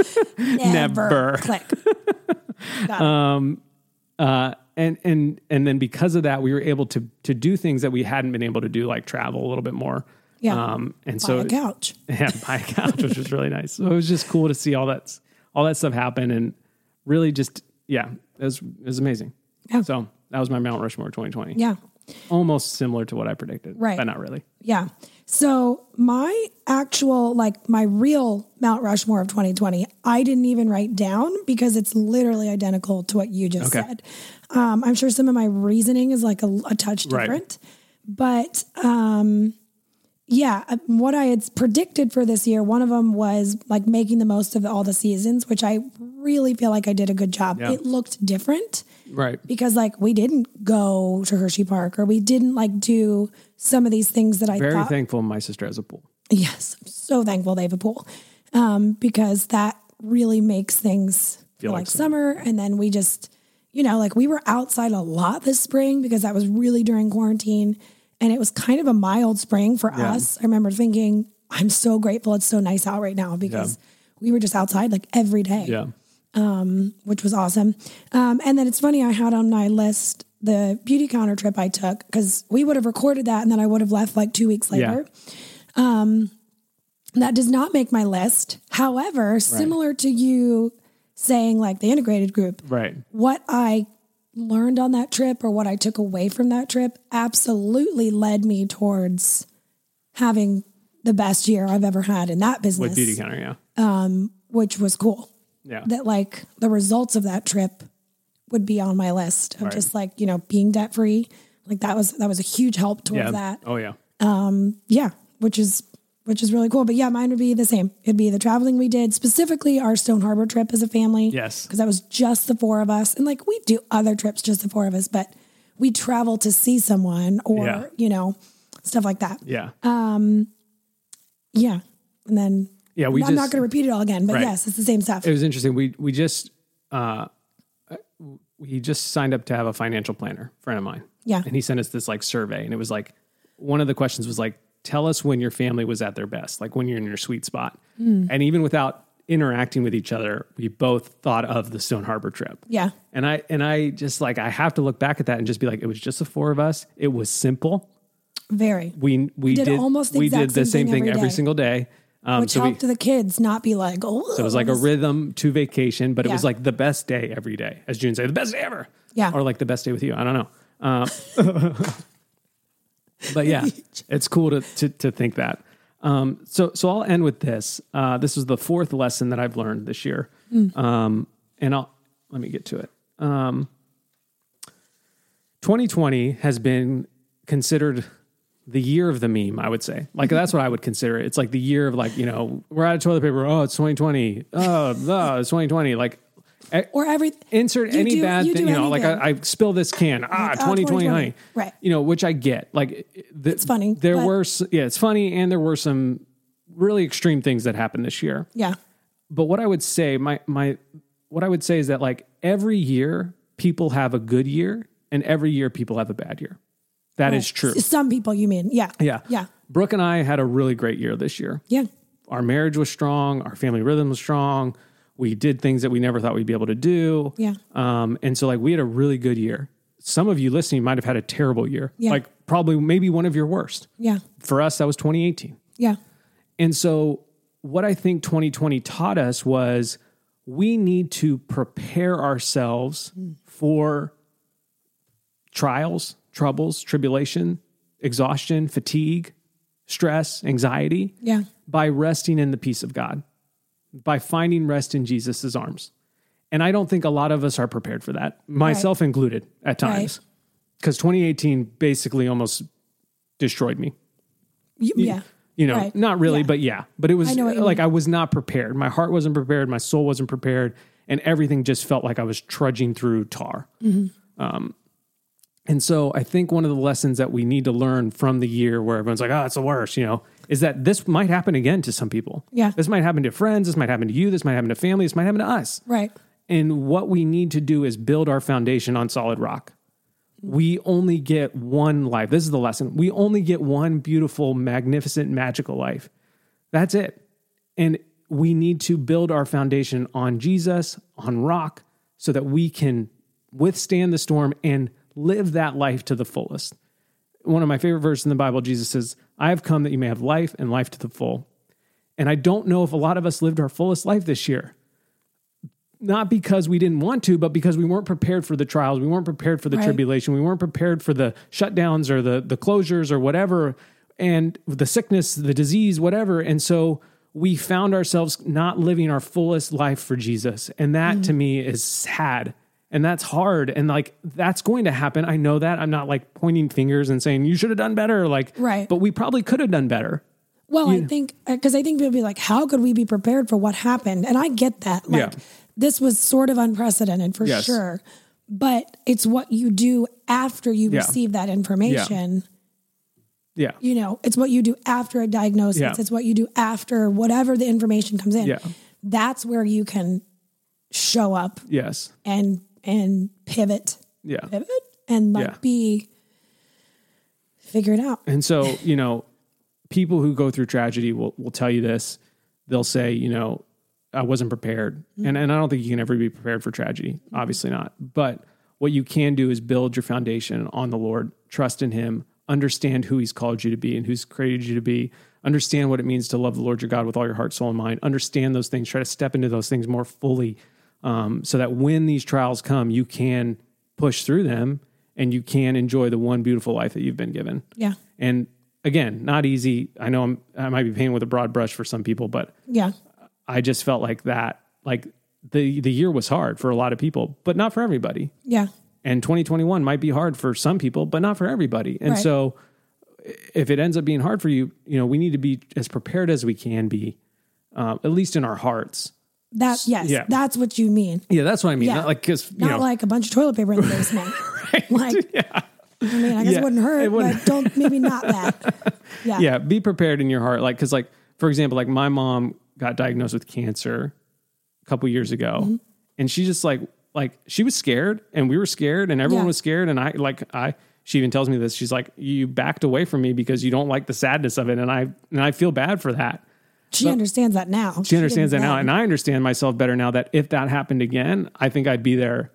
[SPEAKER 1] (laughs) Never.
[SPEAKER 2] Click.
[SPEAKER 1] uh, and and and then because of that, we were able to to do things that we hadn't been able to do, like travel a little bit more.
[SPEAKER 2] Yeah.
[SPEAKER 1] um, and (laughs) so
[SPEAKER 2] So, a couch.
[SPEAKER 1] yeah, (laughs) buy a couch, which was really nice. So it was just cool to see all that all that stuff happen, and really just yeah, it was it was amazing.
[SPEAKER 2] Yeah.
[SPEAKER 1] So that was my Mount Rushmore 2020.
[SPEAKER 2] Yeah.
[SPEAKER 1] almost similar to what I predicted,
[SPEAKER 2] Right.
[SPEAKER 1] But not really.
[SPEAKER 2] Yeah. So my actual, like my real Mount Rushmore of 2020, I didn't even write down because it's literally identical to what you just
[SPEAKER 1] Okay.
[SPEAKER 2] said. Um, I'm sure some of my reasoning is like a, a touch
[SPEAKER 1] Right.
[SPEAKER 2] different, but um, yeah, uh, what I had predicted for this year, one of them was like making the most of all the seasons, which I really feel like I did a good job.
[SPEAKER 1] Yeah.
[SPEAKER 2] It looked different
[SPEAKER 1] Right.
[SPEAKER 2] because like we didn't go to Hershey Park or we didn't like do some of these things that I
[SPEAKER 1] Very
[SPEAKER 2] thought
[SPEAKER 1] thankful my sister has a pool.
[SPEAKER 2] Yes, I'm so thankful they have a pool um, because that really makes things feel like,
[SPEAKER 1] like
[SPEAKER 2] summer. And then we just, you know, like we were outside a lot this spring because that was really during quarantine. And it was kind of a mild spring for us. I remember thinking, I'm so grateful it's so nice out right now because we were just outside like every day
[SPEAKER 1] Yeah.
[SPEAKER 2] which was awesome. Um, and then it's funny, I had on my list the beauty counter trip I took because we would have recorded that and then I would have left like two weeks later.
[SPEAKER 1] Yeah.
[SPEAKER 2] Um, that does not make my list. However, similar to you saying like the integrated group,
[SPEAKER 1] Right.
[SPEAKER 2] what I learned on that trip or what I took away from that trip absolutely led me towards having the best year I've ever had in that
[SPEAKER 1] With
[SPEAKER 2] business,
[SPEAKER 1] beauty counter, yeah.
[SPEAKER 2] which was cool
[SPEAKER 1] Yeah.
[SPEAKER 2] Oh, that like the results of that trip would be on my list of just like you know being debt free like that was that was a huge help towards
[SPEAKER 1] yeah.
[SPEAKER 2] that
[SPEAKER 1] Oh yeah.
[SPEAKER 2] yeah which is which is really cool but yeah mine would be the same it'd be the traveling we did specifically our stone harbor trip as a family
[SPEAKER 1] Yes.
[SPEAKER 2] because that was just the four of us and like we do other trips just the four of us but we travel to see someone or
[SPEAKER 1] Yeah.
[SPEAKER 2] you know stuff like that yeah,
[SPEAKER 1] Yeah.
[SPEAKER 2] and then
[SPEAKER 1] Yeah, we
[SPEAKER 2] i'm
[SPEAKER 1] just-
[SPEAKER 2] not going to repeat it all again but
[SPEAKER 1] Right.
[SPEAKER 2] yes it's the same stuff
[SPEAKER 1] it was interesting. We we just uh, we just signed up to have a financial planner friend of mine.
[SPEAKER 2] Yeah.
[SPEAKER 1] and he sent us this like survey, and it was like one of the questions was like, tell us when your family was at their best, like when you're in your sweet spot,
[SPEAKER 2] Hmm.
[SPEAKER 1] and even without interacting with each other, we both thought of the Stone Harbor trip.
[SPEAKER 2] Yeah.
[SPEAKER 1] and I and I just like I have to look back at that and just be like, it was just the four of us. It was simple.
[SPEAKER 2] very
[SPEAKER 1] We we
[SPEAKER 2] did
[SPEAKER 1] did,
[SPEAKER 2] almost the
[SPEAKER 1] we
[SPEAKER 2] exact
[SPEAKER 1] did the
[SPEAKER 2] same
[SPEAKER 1] same
[SPEAKER 2] thing
[SPEAKER 1] thing
[SPEAKER 2] every
[SPEAKER 1] every,
[SPEAKER 2] day.
[SPEAKER 1] single day. Um,
[SPEAKER 2] which helped the kids not be like oh
[SPEAKER 1] so it was like a rhythm to vacation, but it was
[SPEAKER 2] Yeah.
[SPEAKER 1] like the best day every day, as June said, the best day ever.
[SPEAKER 2] Yeah.
[SPEAKER 1] Or like the best day with you. I don't know. Uh, (laughs) but yeah, it's cool to, to, to think that. Um, so, so I'll end with this. Uh, this is the fourth lesson that I've learned this year. Um, and I'll, let me get to it. Um, 2020 has been considered the year of the meme, I would say. Like, that's what I would consider it. It's like the year of, like, you know, we're out of toilet paper. Oh, it's 2020. Oh, no, it's 2020. Like, eh,
[SPEAKER 2] or every
[SPEAKER 1] insert
[SPEAKER 2] You
[SPEAKER 1] any
[SPEAKER 2] do-
[SPEAKER 1] bad
[SPEAKER 2] you
[SPEAKER 1] thing,
[SPEAKER 2] do
[SPEAKER 1] you know, like I, I
[SPEAKER 2] anything.
[SPEAKER 1] spill this can, ah,
[SPEAKER 2] Like, ah,
[SPEAKER 1] 2020,
[SPEAKER 2] 2020,
[SPEAKER 1] honey.
[SPEAKER 2] right.
[SPEAKER 1] You know, which I get. Like, the, it's
[SPEAKER 2] funny,
[SPEAKER 1] There
[SPEAKER 2] but-
[SPEAKER 1] were, s- yeah, it's funny. And there were some really extreme things that happened this year
[SPEAKER 2] yeah
[SPEAKER 1] but what I would say, my my what I would say is that like every year people have a good year and every year people have a bad year. That is true.
[SPEAKER 2] S- Some people, you mean? Yeah.
[SPEAKER 1] Yeah.
[SPEAKER 2] Yeah.
[SPEAKER 1] Brooke and I had a really great year this year.
[SPEAKER 2] Yeah.
[SPEAKER 1] Our marriage was strong, our family rhythm was strong. We did things that we never thought we'd be able to do.
[SPEAKER 2] Yeah.
[SPEAKER 1] Um, and so like we had a really good year. Some of you listening might have had a terrible year.
[SPEAKER 2] Yeah.
[SPEAKER 1] Like probably maybe one of your worst.
[SPEAKER 2] Yeah.
[SPEAKER 1] For us, that was 2018.
[SPEAKER 2] Yeah.
[SPEAKER 1] And so, what I think 2020 taught us was we need to prepare ourselves
[SPEAKER 2] Mm.
[SPEAKER 1] for trials, troubles, tribulation, exhaustion, fatigue, stress, anxiety
[SPEAKER 2] Yeah.
[SPEAKER 1] by resting in the peace of God, by finding rest in Jesus' arms. And I don't think a lot of us are prepared for that, myself included at times, because 2018 basically almost destroyed me
[SPEAKER 2] Y- yeah.
[SPEAKER 1] you know,
[SPEAKER 2] Right.
[SPEAKER 1] not really,
[SPEAKER 2] Yeah.
[SPEAKER 1] but yeah, but it was
[SPEAKER 2] I know what you
[SPEAKER 1] like I was not prepared. My heart wasn't prepared. My soul wasn't prepared, and everything just felt like I was trudging through tar. Um,
[SPEAKER 2] Mm-hmm.
[SPEAKER 1] and so I think one of the lessons that we need to learn from the year where everyone's like, "Oh, it's the worst," you know, is that this might happen again to some people.
[SPEAKER 2] Yeah.
[SPEAKER 1] this might happen to friends. This might happen to you. This might happen to family. This might happen to us.
[SPEAKER 2] Right.
[SPEAKER 1] And what we need to do is build our foundation on solid rock. We only get one life. This is the lesson. We only get one beautiful, magnificent, magical life. That's it. And we need to build our foundation on Jesus, on rock, so that we can withstand the storm and live that life to the fullest. One of my favorite verses in the Bible, Jesus says, I have come that you may have life and life to the full. And I don't know if a lot of us lived our fullest life this year not because we didn't want to, but because we weren't prepared for the trials, we weren't prepared for the
[SPEAKER 2] Right.
[SPEAKER 1] tribulation, we weren't prepared for the shutdowns or the the closures or whatever, and the sickness, the disease, whatever. And so we
[SPEAKER 2] Mm-hmm.
[SPEAKER 1] found ourselves not living our fullest life for Jesus, and that to me is sad. And that's hard. And like, that's going to happen. I know that. I'm not like pointing fingers and saying, you should have done better. Like,
[SPEAKER 2] Right.
[SPEAKER 1] But we probably could have done better.
[SPEAKER 2] Well, I think because I think people be like, how could we be prepared for what happened? And I get that. Like,
[SPEAKER 1] Yeah.
[SPEAKER 2] this was sort of unprecedented for
[SPEAKER 1] Yes.
[SPEAKER 2] sure, but it's what you do after you
[SPEAKER 1] Yeah.
[SPEAKER 2] receive that information.
[SPEAKER 1] Yeah.
[SPEAKER 2] You know, it's what you do after a diagnosis.
[SPEAKER 1] Yeah.
[SPEAKER 2] It's what you do after whatever the information comes in.
[SPEAKER 1] Yeah.
[SPEAKER 2] That's where you can show up
[SPEAKER 1] Yes.
[SPEAKER 2] and and pivot,
[SPEAKER 1] Yeah.
[SPEAKER 2] pivot, and like
[SPEAKER 1] Yeah.
[SPEAKER 2] be figure
[SPEAKER 1] (laughs)
[SPEAKER 2] it out.
[SPEAKER 1] And so, you know, people who go through tragedy will, will tell you this. They'll say, you know, I wasn't prepared. And and I don't think you can ever be prepared for tragedy. Obviously not. But what you can do is build your foundation on the Lord, trust in him, understand who he's called you to be and who's created you to be, understand what it means to love the Lord your God with all your heart, soul, and mind, understand those things, try to step into those things more fully. Um, so that when these trials come, you can push through them and you can enjoy the one beautiful life that you've been given.
[SPEAKER 2] Yeah.
[SPEAKER 1] And again, not easy. I know I'm, I might be painting with a broad brush for some people, but
[SPEAKER 2] Yeah.
[SPEAKER 1] I just felt like that, like the, the year was hard for a lot of people, but not for everybody.
[SPEAKER 2] Yeah.
[SPEAKER 1] And 2021 might be hard for some people, but not for everybody. And
[SPEAKER 2] Right.
[SPEAKER 1] so if it ends up being hard for you, you know, we need to be as prepared as we can be, um, at least in our hearts.
[SPEAKER 2] That yes,
[SPEAKER 1] Yeah.
[SPEAKER 2] that's what you mean.
[SPEAKER 1] Yeah, that's what I mean.
[SPEAKER 2] Yeah.
[SPEAKER 1] Not like, cause you
[SPEAKER 2] Not
[SPEAKER 1] know,
[SPEAKER 2] like a bunch of toilet paper in
[SPEAKER 1] (laughs)
[SPEAKER 2] the basement. Like, I mean, I guess
[SPEAKER 1] Yeah,
[SPEAKER 2] it wouldn't hurt,
[SPEAKER 1] it wouldn't-
[SPEAKER 2] but don't maybe not that. Yeah,
[SPEAKER 1] (laughs) yeah be prepared in your heart like because like for example like my mom got diagnosed with cancer a couple years ago and she just like like she was scared and we were scared and everyone
[SPEAKER 2] Yeah.
[SPEAKER 1] was scared and i like i she even tells me this she's like you backed away from me because you don't like the sadness of it and i and i feel bad for that
[SPEAKER 2] she understands that now.
[SPEAKER 1] she understands that
[SPEAKER 2] didn't
[SPEAKER 1] now
[SPEAKER 2] then.
[SPEAKER 1] and i understand myself better now that if that happened again i think i'd be there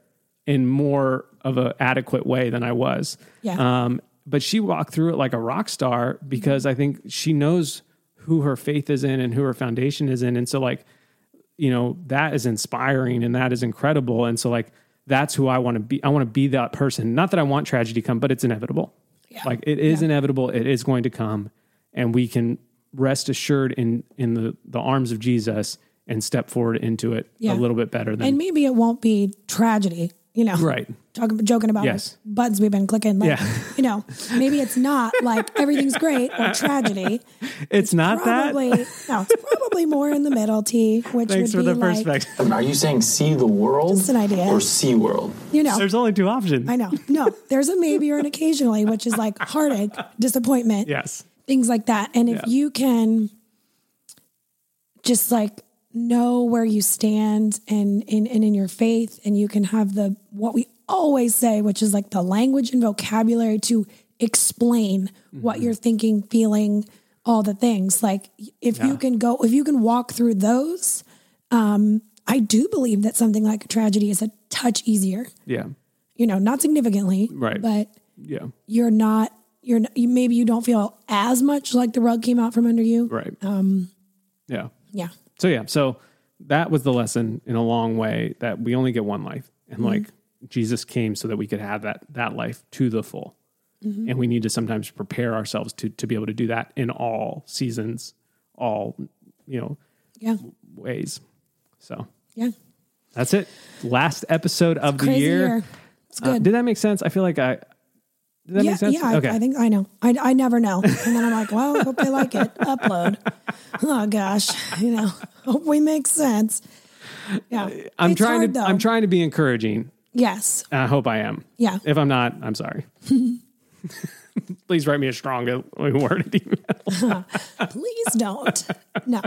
[SPEAKER 1] in more of an adequate way than i was
[SPEAKER 2] Yeah.
[SPEAKER 1] um, but she walked through it like a rock star because i think she knows who her faith is in and who her foundation is in and so like you know that is inspiring and that is incredible and so like that's who i want to be i want to be that person not that i want tragedy to come but it's inevitable like it is inevitable it is going to come and we can rest assured in in the the arms of jesus and step forward into it
[SPEAKER 2] Yeah.
[SPEAKER 1] a little bit better than
[SPEAKER 2] and maybe it won't be tragedy. You know, (laughs)
[SPEAKER 1] Right.
[SPEAKER 2] Talking, joking about
[SPEAKER 1] Yes.
[SPEAKER 2] buttons we've been clicking. Like,
[SPEAKER 1] Yeah.
[SPEAKER 2] (laughs) you know, maybe it's not like everything's great
[SPEAKER 1] (laughs)
[SPEAKER 2] or tragedy.
[SPEAKER 1] it's, not
[SPEAKER 2] Probably
[SPEAKER 1] that
[SPEAKER 2] no, it's probably more in the middle. T, which
[SPEAKER 1] thanks for
[SPEAKER 2] would
[SPEAKER 1] the
[SPEAKER 2] be like,
[SPEAKER 1] perspective
[SPEAKER 4] Are you saying see the world
[SPEAKER 2] Just an idea.
[SPEAKER 4] or sea world?
[SPEAKER 2] you
[SPEAKER 1] (laughs)
[SPEAKER 2] know,
[SPEAKER 1] there's only two options
[SPEAKER 2] I know. No, there's a maybe or an occasionally, which is like heartache, disappointment,
[SPEAKER 1] yes
[SPEAKER 2] things like that. And if
[SPEAKER 1] Yeah.
[SPEAKER 2] you can just like know where you stand and, and and in your faith, and you can have the what we always say, which is like the language and vocabulary to explain
[SPEAKER 1] Mm-hmm.
[SPEAKER 2] what you're thinking, feeling, all the things. Like if you can go, if you can walk through those, um, I do believe that something like a tragedy is a touch easier
[SPEAKER 1] yeah
[SPEAKER 2] you know, not significantly,
[SPEAKER 1] Right.
[SPEAKER 2] But
[SPEAKER 1] yeah
[SPEAKER 2] you're not, you're n- you, maybe you don't feel as much like the rug came out from under you.
[SPEAKER 1] right um yeah
[SPEAKER 2] Yeah,
[SPEAKER 1] so yeah so that was the lesson in a long way that we only get one life and
[SPEAKER 2] Mm-hmm.
[SPEAKER 1] like jesus came so that we could have that that life to the full
[SPEAKER 2] Mm-hmm.
[SPEAKER 1] and we need to sometimes prepare ourselves to to be able to do that in all seasons all you know
[SPEAKER 2] yeah,
[SPEAKER 1] ways so
[SPEAKER 2] yeah.
[SPEAKER 1] that's it last episode of the
[SPEAKER 2] Crazy
[SPEAKER 1] year,
[SPEAKER 2] year. It's good.
[SPEAKER 1] Uh, did that make sense i feel like i did that
[SPEAKER 2] yeah,
[SPEAKER 1] make sense
[SPEAKER 2] yeah. I, I think I know. I, I never know, and then I'm like, well, I hope they
[SPEAKER 1] (laughs)
[SPEAKER 2] like it. Upload. Oh gosh, you know, (laughs) hope we make sense. Yeah,
[SPEAKER 1] i'm
[SPEAKER 2] It's
[SPEAKER 1] trying
[SPEAKER 2] hard,
[SPEAKER 1] to
[SPEAKER 2] though.
[SPEAKER 1] i'm trying to be encouraging
[SPEAKER 2] Yes,
[SPEAKER 1] and i hope i am
[SPEAKER 2] Yeah.
[SPEAKER 1] if i'm not i'm
[SPEAKER 2] (laughs)
[SPEAKER 1] sorry please write me a stronger
[SPEAKER 2] (laughs)
[SPEAKER 1] worded email
[SPEAKER 2] please
[SPEAKER 1] (laughs)
[SPEAKER 2] don't. No.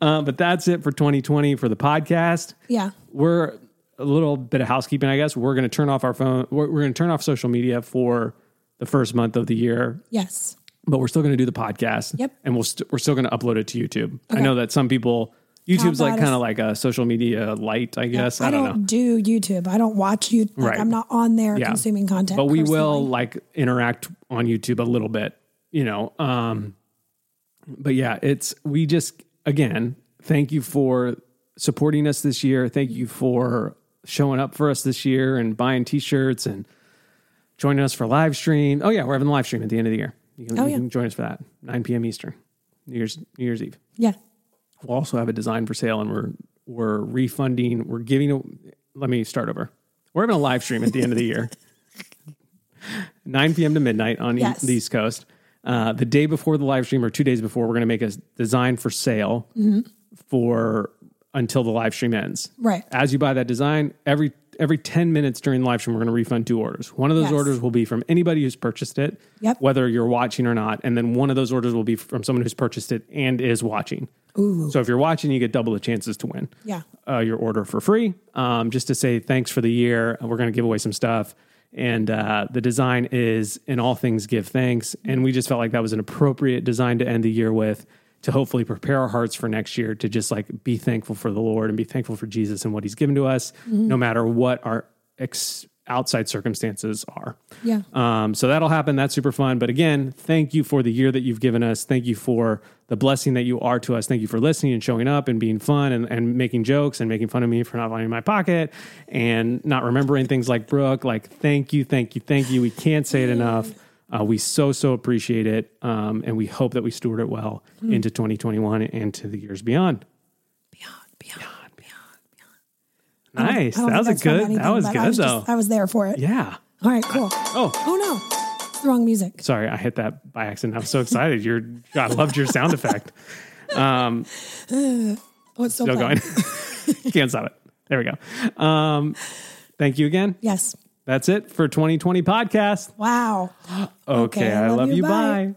[SPEAKER 1] Um, but that's it for 2020 for the podcast.
[SPEAKER 2] Yeah.
[SPEAKER 1] We're a little bit of housekeeping, I guess. We're going to turn off our phone. We're, we're going to turn off social media for the first month of the year,
[SPEAKER 2] Yes.
[SPEAKER 1] but we're still going to do the podcast.
[SPEAKER 2] Yep.
[SPEAKER 1] And we'll st- we're still going to upload it to YouTube. I
[SPEAKER 2] Okay.
[SPEAKER 1] know that some people, YouTube's
[SPEAKER 2] How
[SPEAKER 1] like
[SPEAKER 2] about
[SPEAKER 1] kind of
[SPEAKER 2] us?
[SPEAKER 1] like a social media light, I guess. I, don't, know.
[SPEAKER 2] do YouTube. I don't watch you. Like,
[SPEAKER 1] Right.
[SPEAKER 2] I'm not on there
[SPEAKER 1] Yeah.
[SPEAKER 2] consuming content.
[SPEAKER 1] But we will
[SPEAKER 2] personally.
[SPEAKER 1] like interact on YouTube a little bit, you know. Um, but yeah, it's we just again thank you for supporting us this year. Thank you for showing up for us this year and buying T-shirts and joining us for live stream. Oh yeah, we're having a live stream at the end of the year. You can,
[SPEAKER 2] Oh,
[SPEAKER 1] you
[SPEAKER 2] yeah.
[SPEAKER 1] can join us for that 9 p.m. Eastern, New Year's New Year's Eve.
[SPEAKER 2] Yeah.
[SPEAKER 1] We'll also have a design for sale, and we're we're refunding. We're giving. a- Let me start over. We're having a live stream at the end of the year, (laughs) 9 p.m. to midnight on e-
[SPEAKER 2] Yes.
[SPEAKER 1] the East Coast. Uh, the day before the live stream, or two days before, we're going to make a s- design for sale
[SPEAKER 2] Mm-hmm.
[SPEAKER 1] for until the live stream ends.
[SPEAKER 2] Right.
[SPEAKER 1] As you buy that design, every every 10 minutes during the live stream, we're going to refund two orders. One of those
[SPEAKER 2] Yes.
[SPEAKER 1] orders will be from anybody who's purchased it,
[SPEAKER 2] Yep.
[SPEAKER 1] whether you're watching or not. And then one of those orders will be from someone who's purchased it and is watching. So if you're watching, you get double the chances to win
[SPEAKER 2] Yeah.
[SPEAKER 1] uh, your order for free um, just to say thanks for the year. We're going to give away some stuff. And uh, the design is in all things give thanks. And we just felt like that was an appropriate design to end the year with to hopefully prepare our hearts for next year to just like be thankful for the Lord and be thankful for Jesus and what he's given to us, no matter what our ex- outside circumstances are.
[SPEAKER 2] Yeah.
[SPEAKER 1] Um, so that'll happen. That's super fun. But again, thank you for the year that you've given us. Thank you for the blessing that you are to us. Thank you for listening and showing up and being fun and, and making jokes and making fun of me for not finding my pocket and not remembering things like Brooke. Like, thank you, thank you, thank you. We can't say it enough. Uh, we so, so appreciate it. Um, and we hope that we steward it well
[SPEAKER 2] Hmm.
[SPEAKER 1] into 2021 and to the years beyond.
[SPEAKER 2] Beyond, beyond, beyond.
[SPEAKER 1] Nice.
[SPEAKER 2] I don't
[SPEAKER 1] That was
[SPEAKER 2] think
[SPEAKER 1] a
[SPEAKER 2] that's from
[SPEAKER 1] good,
[SPEAKER 2] anything,
[SPEAKER 1] that was
[SPEAKER 2] but
[SPEAKER 1] good
[SPEAKER 2] I was
[SPEAKER 1] though.
[SPEAKER 2] just- I was there for it.
[SPEAKER 1] yeah.
[SPEAKER 2] All right, cool.
[SPEAKER 1] Oh,
[SPEAKER 2] Oh no, it's the wrong music.
[SPEAKER 1] Sorry, I hit that by accident. I'm so excited. You're, I loved your
[SPEAKER 2] (laughs)
[SPEAKER 1] sound effect.
[SPEAKER 2] Oh, it's still,
[SPEAKER 1] Still
[SPEAKER 2] playing.
[SPEAKER 1] going. (laughs) Can't stop it. There we go. Um, thank you again.
[SPEAKER 2] Yes.
[SPEAKER 1] That's it for 2020 podcast.
[SPEAKER 2] Wow.
[SPEAKER 1] Okay, I, love, you. bye.